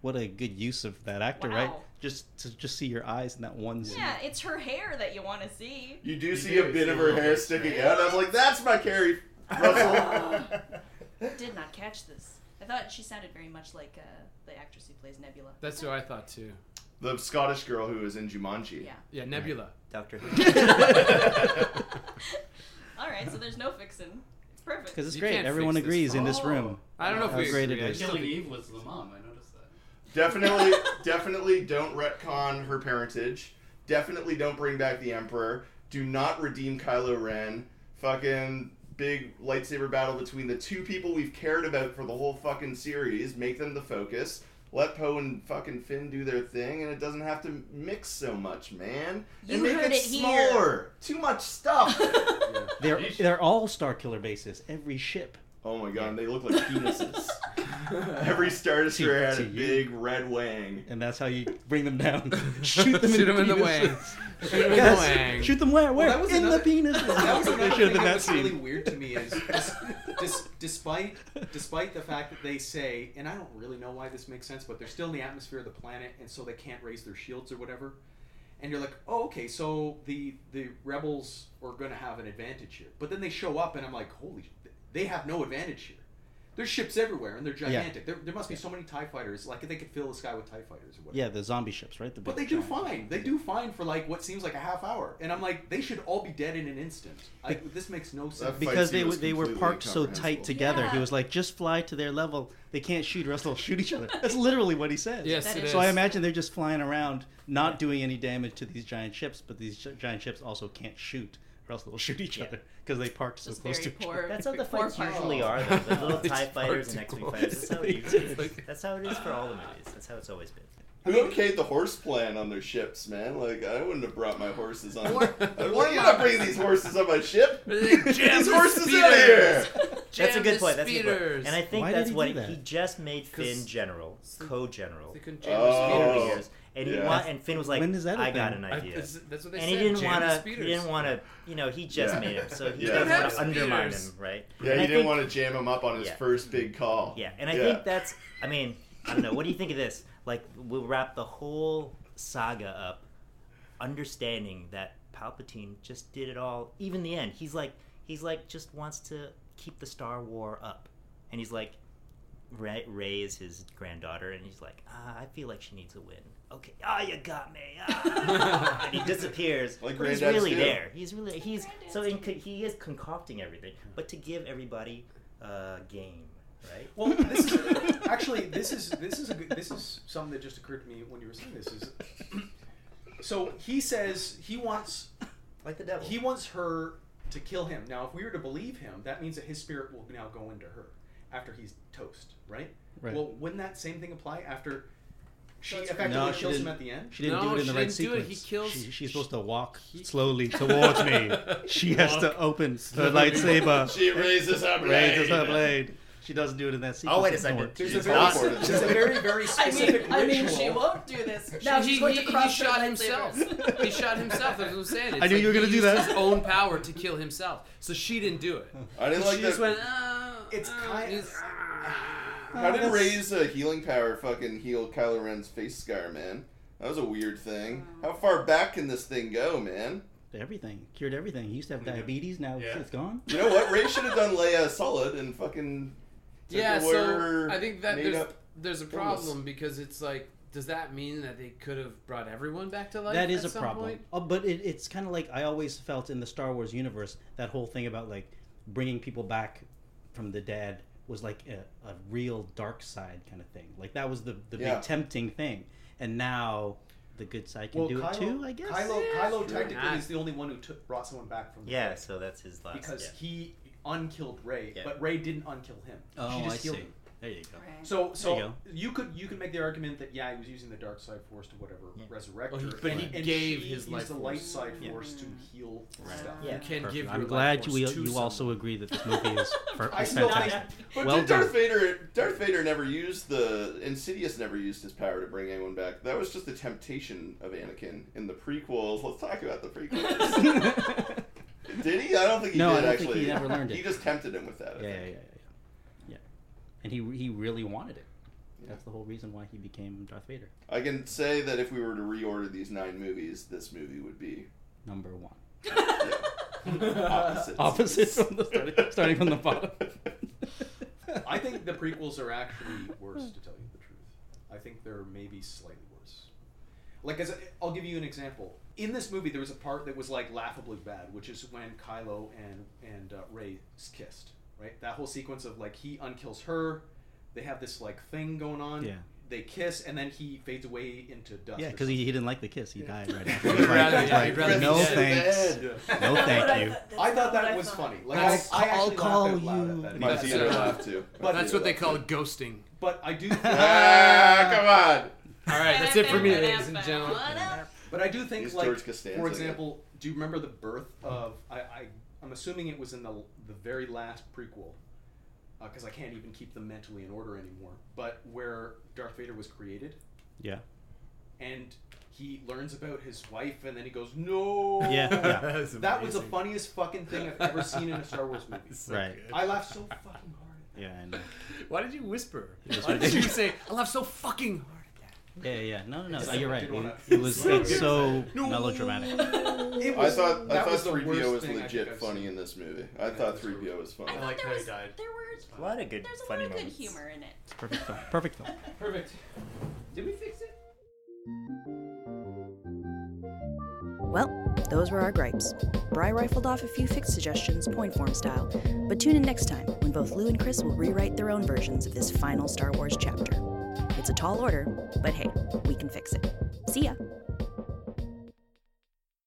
Speaker 3: What a good use of that actor, right?
Speaker 2: Wow.
Speaker 3: Just to just see your eyes in that one scene.
Speaker 2: Yeah, it's her hair that you want to see.
Speaker 5: You do
Speaker 8: You
Speaker 5: see
Speaker 8: do
Speaker 5: a bit
Speaker 8: see
Speaker 5: of
Speaker 8: a
Speaker 5: her
Speaker 8: little
Speaker 5: hair
Speaker 8: bit,
Speaker 5: sticking
Speaker 8: right?
Speaker 5: out. I was like, that's my Carrie Russell.
Speaker 2: Did not catch this. I thought she sounded very much like uh, the actress who plays Nebula.
Speaker 4: That's what I thought too.
Speaker 5: the Scottish girl who was in Jumanji.
Speaker 2: Yeah.
Speaker 4: Yeah, Nebula.
Speaker 6: Doctor Who.
Speaker 2: All right, so there's no fixing. It's perfect.
Speaker 3: Because it's
Speaker 4: You
Speaker 3: great.
Speaker 4: can't
Speaker 3: Everyone
Speaker 4: fix this.
Speaker 3: agrees in this
Speaker 8: Oh.
Speaker 3: room.
Speaker 4: I don't know
Speaker 3: How
Speaker 4: if we
Speaker 3: great
Speaker 4: agree.
Speaker 3: it
Speaker 4: I
Speaker 3: is.
Speaker 4: still
Speaker 8: Killing
Speaker 4: think-
Speaker 8: Eve was the mom. I noticed that.
Speaker 5: Definitely, definitely don't retcon her parentage. Definitely don't bring back the Emperor. Do not redeem Kylo Ren. Fucking big lightsaber battle between the two people we've cared about for the whole fucking series. Make them the focus. Let Poe and fucking Finn do their thing, and it doesn't have to mix so much, man.
Speaker 2: You
Speaker 5: and make
Speaker 2: heard
Speaker 5: it
Speaker 2: it here.
Speaker 5: smaller. Too much stuff.
Speaker 3: They're they're all Star Killer bases. Every ship.
Speaker 5: oh my god, they look like penises. Every Star Destroyer had a
Speaker 3: to you.
Speaker 5: big red wang.
Speaker 3: and that's how you bring them down. Shoot them
Speaker 4: Shoot
Speaker 3: in,
Speaker 4: 'em in the wang.
Speaker 3: penises.
Speaker 4: Shoot 'em in the
Speaker 3: Yes.
Speaker 4: wang.
Speaker 3: Shoot them where? Where?
Speaker 7: Well, that was
Speaker 3: in
Speaker 7: another-
Speaker 3: the penis.
Speaker 7: that was
Speaker 3: They
Speaker 7: another
Speaker 3: should've
Speaker 7: thing
Speaker 3: done
Speaker 7: that
Speaker 3: that
Speaker 7: was
Speaker 3: scene.
Speaker 7: really weird to me is, dis- dis- despite despite the fact that they say, and I don't really know why this makes sense, but they're still in the atmosphere of the planet, and so they can't raise their shields or whatever. And you're like, oh, okay, so the the rebels are going to have an advantage here. But then they show up, and I'm like, holy, sh- they have no advantage here. There's ships everywhere, and they're gigantic. There, there must be so many Tie fighters. Like they could fill the sky with Tie fighters or whatever.
Speaker 3: Yeah, the zombie ships, right? The
Speaker 7: But they
Speaker 3: big
Speaker 7: do
Speaker 3: giant-
Speaker 7: fine. They do fine for like what seems like a half hour, and I'm like, they should all be dead in an instant. I, this makes no sense.
Speaker 5: That fight
Speaker 3: Because
Speaker 5: scene
Speaker 3: they were
Speaker 5: was
Speaker 3: they were
Speaker 5: completely
Speaker 3: parked so tight
Speaker 5: incomprehensible.
Speaker 3: together. He
Speaker 2: Yeah.
Speaker 3: was like, just fly to their level. They can't shoot, or else they'll shoot each other. That's literally what he said.
Speaker 4: Yes,
Speaker 2: That
Speaker 4: it
Speaker 2: is-
Speaker 4: is.
Speaker 3: So I imagine they're just flying around, not doing any damage to these giant ships, but these gi- giant ships also can't shoot, or else they'll shoot each
Speaker 6: Yeah.
Speaker 3: other because they parked so
Speaker 2: Just
Speaker 3: close to
Speaker 2: very
Speaker 3: each other.
Speaker 2: poor.
Speaker 6: That's how the
Speaker 2: poor
Speaker 6: fights
Speaker 2: parts.
Speaker 6: usually are, though. The little
Speaker 4: It's
Speaker 6: TIE
Speaker 4: hard
Speaker 6: fighters
Speaker 4: to
Speaker 6: and X-Wing
Speaker 4: call
Speaker 6: fighters. That's how, it
Speaker 4: it.
Speaker 6: usually is.
Speaker 4: Like-
Speaker 6: that's how it is for all the movies. That's how it's always been.
Speaker 5: Who okayed the horse plan on their ships, man? Like, I wouldn't have brought my horses on.
Speaker 2: War-
Speaker 5: I'm like, you're not bringing these horses on my ship. These horses out of here.
Speaker 4: speeders!
Speaker 6: That's a
Speaker 4: Jam
Speaker 6: good
Speaker 4: the
Speaker 6: point. That's a good point.
Speaker 4: speeders!
Speaker 6: And I think
Speaker 3: Why did
Speaker 6: that's
Speaker 3: he
Speaker 6: what
Speaker 3: do that?
Speaker 6: he just made Finn
Speaker 4: 'Cause-
Speaker 6: general, co-general.
Speaker 4: They couldn't jam
Speaker 5: Oh.
Speaker 6: for
Speaker 4: the speeders.
Speaker 6: years. And he
Speaker 5: Yeah.
Speaker 6: wa- and Finn was like,
Speaker 3: When is that a
Speaker 6: I got
Speaker 3: thing?
Speaker 6: an
Speaker 4: I-
Speaker 6: idea.
Speaker 4: that's, that's what they
Speaker 6: and
Speaker 4: said.
Speaker 6: he didn't
Speaker 4: want to.
Speaker 6: He didn't want to. You know, he just
Speaker 5: Yeah.
Speaker 6: made him, so he
Speaker 5: Yeah.
Speaker 6: doesn't
Speaker 5: Don't
Speaker 6: want to
Speaker 4: have
Speaker 6: undermine him,
Speaker 4: speeders.
Speaker 6: right?
Speaker 5: Yeah,
Speaker 6: And
Speaker 5: he
Speaker 6: I
Speaker 5: didn't
Speaker 6: think-
Speaker 5: want to jam him up on his
Speaker 6: Yeah.
Speaker 5: first big call.
Speaker 6: Yeah, and I
Speaker 5: Yeah.
Speaker 6: think that's. I mean, I don't know. What do you think of this? Like, we'll wrap the whole saga up, understanding that Palpatine just did it all. Even the end, he's like, he's like, just wants to keep the Star War up, and he's like, Ray, Ray is his granddaughter, and he's like, ah, I feel like she needs a win. Okay, ah, you got me. Ah. and he disappears.
Speaker 5: Like
Speaker 6: but he's
Speaker 5: granddads
Speaker 6: really
Speaker 5: do.
Speaker 6: there. He's really he's
Speaker 2: Granddads
Speaker 6: so in,
Speaker 2: do.
Speaker 6: he is concocting everything, but to give everybody uh, game, right?
Speaker 7: Well, this is actually this is this is a good, this is something that just occurred to me when you were saying this is. So he says he wants
Speaker 6: Like the devil.
Speaker 7: he wants her to kill him. Now, if we were to believe him, that means that his spirit will now go into her after he's toast, right?
Speaker 3: Right.
Speaker 7: Well, wouldn't that same thing apply after she
Speaker 2: That's right.
Speaker 7: effectively
Speaker 3: No, she
Speaker 7: kills him
Speaker 3: didn't.
Speaker 7: at the end?
Speaker 3: She didn't
Speaker 4: No,
Speaker 3: do it in
Speaker 4: she
Speaker 3: the right
Speaker 4: didn't do it.
Speaker 3: sequence.
Speaker 4: He kills-
Speaker 3: She, she's supposed to walk
Speaker 4: He-
Speaker 3: slowly towards me. She has to
Speaker 4: Walk
Speaker 3: open her
Speaker 4: slowly.
Speaker 3: lightsaber.
Speaker 5: She raises her blade.
Speaker 3: Raises her blade. She doesn't do it in that sequence.
Speaker 6: Oh, wait a
Speaker 3: It doesn't
Speaker 6: second.
Speaker 3: work.
Speaker 7: There's
Speaker 5: She's
Speaker 7: a very,
Speaker 5: teleported.
Speaker 7: there's a very, very
Speaker 2: I mean,
Speaker 7: specific
Speaker 2: I mean,
Speaker 7: ritual.
Speaker 2: she won't do this. Now
Speaker 4: he,
Speaker 2: she's going
Speaker 4: he-
Speaker 2: to
Speaker 4: he
Speaker 2: cross her
Speaker 4: shot
Speaker 2: lightsabers.
Speaker 4: himself. he shot himself. That's what I'm saying. It's
Speaker 3: I knew
Speaker 4: like
Speaker 3: you were gonna
Speaker 4: he
Speaker 3: do
Speaker 4: used
Speaker 3: that.
Speaker 4: His own power to kill himself. So she didn't do it.
Speaker 5: I didn't like
Speaker 4: she just
Speaker 5: that.
Speaker 4: went. "Oh,
Speaker 7: It's
Speaker 4: oh,"
Speaker 7: kind-
Speaker 4: just-
Speaker 5: How did
Speaker 7: Oh,
Speaker 3: That's-
Speaker 5: Ray's uh, healing power fucking heal Kylo Ren's face scar, man? That was a weird thing. How far back can this thing go, man?
Speaker 3: Everything cured everything. He used to have
Speaker 8: Yeah.
Speaker 3: diabetes. Now
Speaker 8: Yeah.
Speaker 3: it's gone.
Speaker 5: You know what? Ray should have done Leia a solid and fucking. took
Speaker 4: yeah.
Speaker 5: away her
Speaker 4: So I think that
Speaker 5: made
Speaker 4: there's
Speaker 5: up-
Speaker 4: there's a problem because it's like, does that mean that they could have brought everyone back to life?
Speaker 3: that is
Speaker 4: at
Speaker 3: a
Speaker 4: some
Speaker 3: problem.
Speaker 4: point?
Speaker 3: Oh, but it, it's kind of like I always felt in the Star Wars universe that whole thing about like bringing people back from the dead was like a, a real dark side kind of thing. Like that was the the
Speaker 5: Yeah.
Speaker 3: big tempting thing, and now the good side can
Speaker 7: Well,
Speaker 3: do
Speaker 7: Kylo,
Speaker 3: it too. I guess.
Speaker 7: Kylo, Kylo
Speaker 5: Sure.
Speaker 7: technically is the only one who took, brought someone back from the
Speaker 6: Yeah,
Speaker 7: dead
Speaker 6: so that's his last.
Speaker 7: because
Speaker 6: yeah.
Speaker 7: he unkilled Ray,
Speaker 6: Yeah.
Speaker 7: but Ray didn't unkill him.
Speaker 3: oh,
Speaker 7: she just
Speaker 3: I
Speaker 7: healed
Speaker 3: see.
Speaker 7: him.
Speaker 3: There you go.
Speaker 7: So, so
Speaker 3: you
Speaker 7: you,
Speaker 3: go.
Speaker 7: could you could make the argument that yeah, he was using the dark side force to whatever
Speaker 6: Yeah.
Speaker 7: resurrect
Speaker 4: Well, he-
Speaker 7: her,
Speaker 4: but
Speaker 7: and,
Speaker 4: he
Speaker 7: and
Speaker 4: gave
Speaker 7: she
Speaker 4: his
Speaker 7: used
Speaker 4: light
Speaker 7: the light
Speaker 2: force.
Speaker 7: side
Speaker 6: Yeah.
Speaker 7: force to heal
Speaker 2: Right.
Speaker 7: stuff.
Speaker 6: Yeah.
Speaker 4: You can't
Speaker 3: Perfect.
Speaker 4: give your
Speaker 3: I'm
Speaker 4: life
Speaker 3: glad you
Speaker 4: force to
Speaker 3: you also
Speaker 4: someone.
Speaker 3: agree that this movie is, for,
Speaker 7: I
Speaker 3: is
Speaker 7: still
Speaker 3: fantastic.
Speaker 7: think-
Speaker 5: But
Speaker 3: Well
Speaker 5: did
Speaker 3: done.
Speaker 5: Darth Vader? Darth Vader never used the Insidious. Never used his power to bring anyone back. That was just the temptation of Anakin in the prequels. Let's talk about the prequels. did he? I don't think he
Speaker 3: No, I
Speaker 5: did.
Speaker 3: don't
Speaker 5: actually,
Speaker 3: think he ever learned it.
Speaker 5: He just tempted him with that. I
Speaker 3: yeah, yeah, yeah,
Speaker 5: think.
Speaker 3: yeah, yeah. Yeah. And he he really wanted it.
Speaker 5: Yeah.
Speaker 3: That's the whole reason why he became Darth Vader,
Speaker 5: I can say that if we were to reorder these nine movies, this movie would be
Speaker 3: number one.
Speaker 5: opposite.
Speaker 3: Opposite from the starting, starting from the bottom.
Speaker 7: I think the prequels are actually worse, to tell you the truth. I think they're maybe slightly worse. Like, as a, I'll give you an example. In this movie, there was a part that was like laughably bad, which is when Kylo and and uh, Ray kissed. Right, that whole sequence of like he unkills her, they have this like thing going on.
Speaker 3: Yeah.
Speaker 7: They kiss and then he fades away into dust.
Speaker 3: Yeah,
Speaker 7: or
Speaker 3: because he, he didn't like the kiss. He
Speaker 7: Yeah.
Speaker 3: died right after.
Speaker 4: He'd
Speaker 3: He's like-
Speaker 4: rather-
Speaker 3: he's
Speaker 4: yeah,
Speaker 3: like,
Speaker 4: he'd rather be
Speaker 3: no
Speaker 4: dead."
Speaker 3: thanks.
Speaker 5: Bed.
Speaker 3: No
Speaker 2: What
Speaker 3: thank
Speaker 2: I
Speaker 3: you.
Speaker 2: thought- that's
Speaker 7: I
Speaker 2: not
Speaker 7: thought that
Speaker 2: what I
Speaker 7: was
Speaker 2: thought.
Speaker 7: funny. Like
Speaker 4: That's-
Speaker 7: I, I actually
Speaker 3: I'll
Speaker 7: laughed
Speaker 3: call
Speaker 7: out loud at
Speaker 3: you-
Speaker 7: that.
Speaker 5: My
Speaker 4: That's- uh,
Speaker 5: theater laughed too. My
Speaker 7: But
Speaker 4: That's
Speaker 5: theater
Speaker 4: what they
Speaker 5: laughed
Speaker 4: call
Speaker 5: too.
Speaker 4: ghosting.
Speaker 7: But I do.
Speaker 5: Ah, come on.
Speaker 4: All right, that's it for me, ladies and gentlemen.
Speaker 7: But I do think,
Speaker 5: He's
Speaker 7: like,
Speaker 5: George Costanza
Speaker 7: for
Speaker 5: again.
Speaker 7: example, do you remember the birth of? I, I I'm assuming it was in the the very last prequel, because I can't even keep them mentally in order anymore. But where Darth Vader was created,
Speaker 3: Yeah.
Speaker 7: and he learns about his wife, and then he goes, "No."
Speaker 3: Yeah, yeah.
Speaker 7: That was the funniest fucking thing I've ever seen in a Star Wars movie.
Speaker 3: Right.
Speaker 7: I laughed so fucking hard.
Speaker 3: Yeah, I know.
Speaker 4: Why did you whisper?
Speaker 3: Yes,
Speaker 4: Why
Speaker 3: we
Speaker 4: did
Speaker 3: did.
Speaker 4: you say, I laugh so fucking hard at that?
Speaker 3: Yeah, yeah, yeah. No, no, no.
Speaker 7: It's-
Speaker 3: You're right.
Speaker 7: I did wanna-
Speaker 3: It, it was it's so
Speaker 7: No.
Speaker 3: melodramatic.
Speaker 7: It
Speaker 5: I
Speaker 7: was-
Speaker 5: thought I
Speaker 7: that
Speaker 5: thought
Speaker 7: was the
Speaker 5: three PO
Speaker 7: worst
Speaker 5: was
Speaker 7: thing I think
Speaker 5: legit
Speaker 7: I've
Speaker 5: funny
Speaker 7: seen.
Speaker 5: in this movie. I
Speaker 7: Yeah,
Speaker 5: thought
Speaker 7: that's
Speaker 5: three
Speaker 7: what-
Speaker 5: PO was funny.
Speaker 2: I
Speaker 8: I
Speaker 2: thought
Speaker 8: liked
Speaker 2: there
Speaker 8: how he
Speaker 2: was
Speaker 8: died.
Speaker 2: there were
Speaker 6: A lot of good
Speaker 2: there's a lot
Speaker 6: funny
Speaker 2: of good
Speaker 6: moments.
Speaker 2: humor in it.
Speaker 3: Perfect film. Perfect film.
Speaker 7: Perfect. Did we fix it?
Speaker 1: Well, those were our gripes. Bry rifled off a few fixed suggestions, point form style, but tune in next time when both Lou and Chris will rewrite their own versions of this final Star Wars chapter. It's a tall order, but hey, we can fix it. See ya!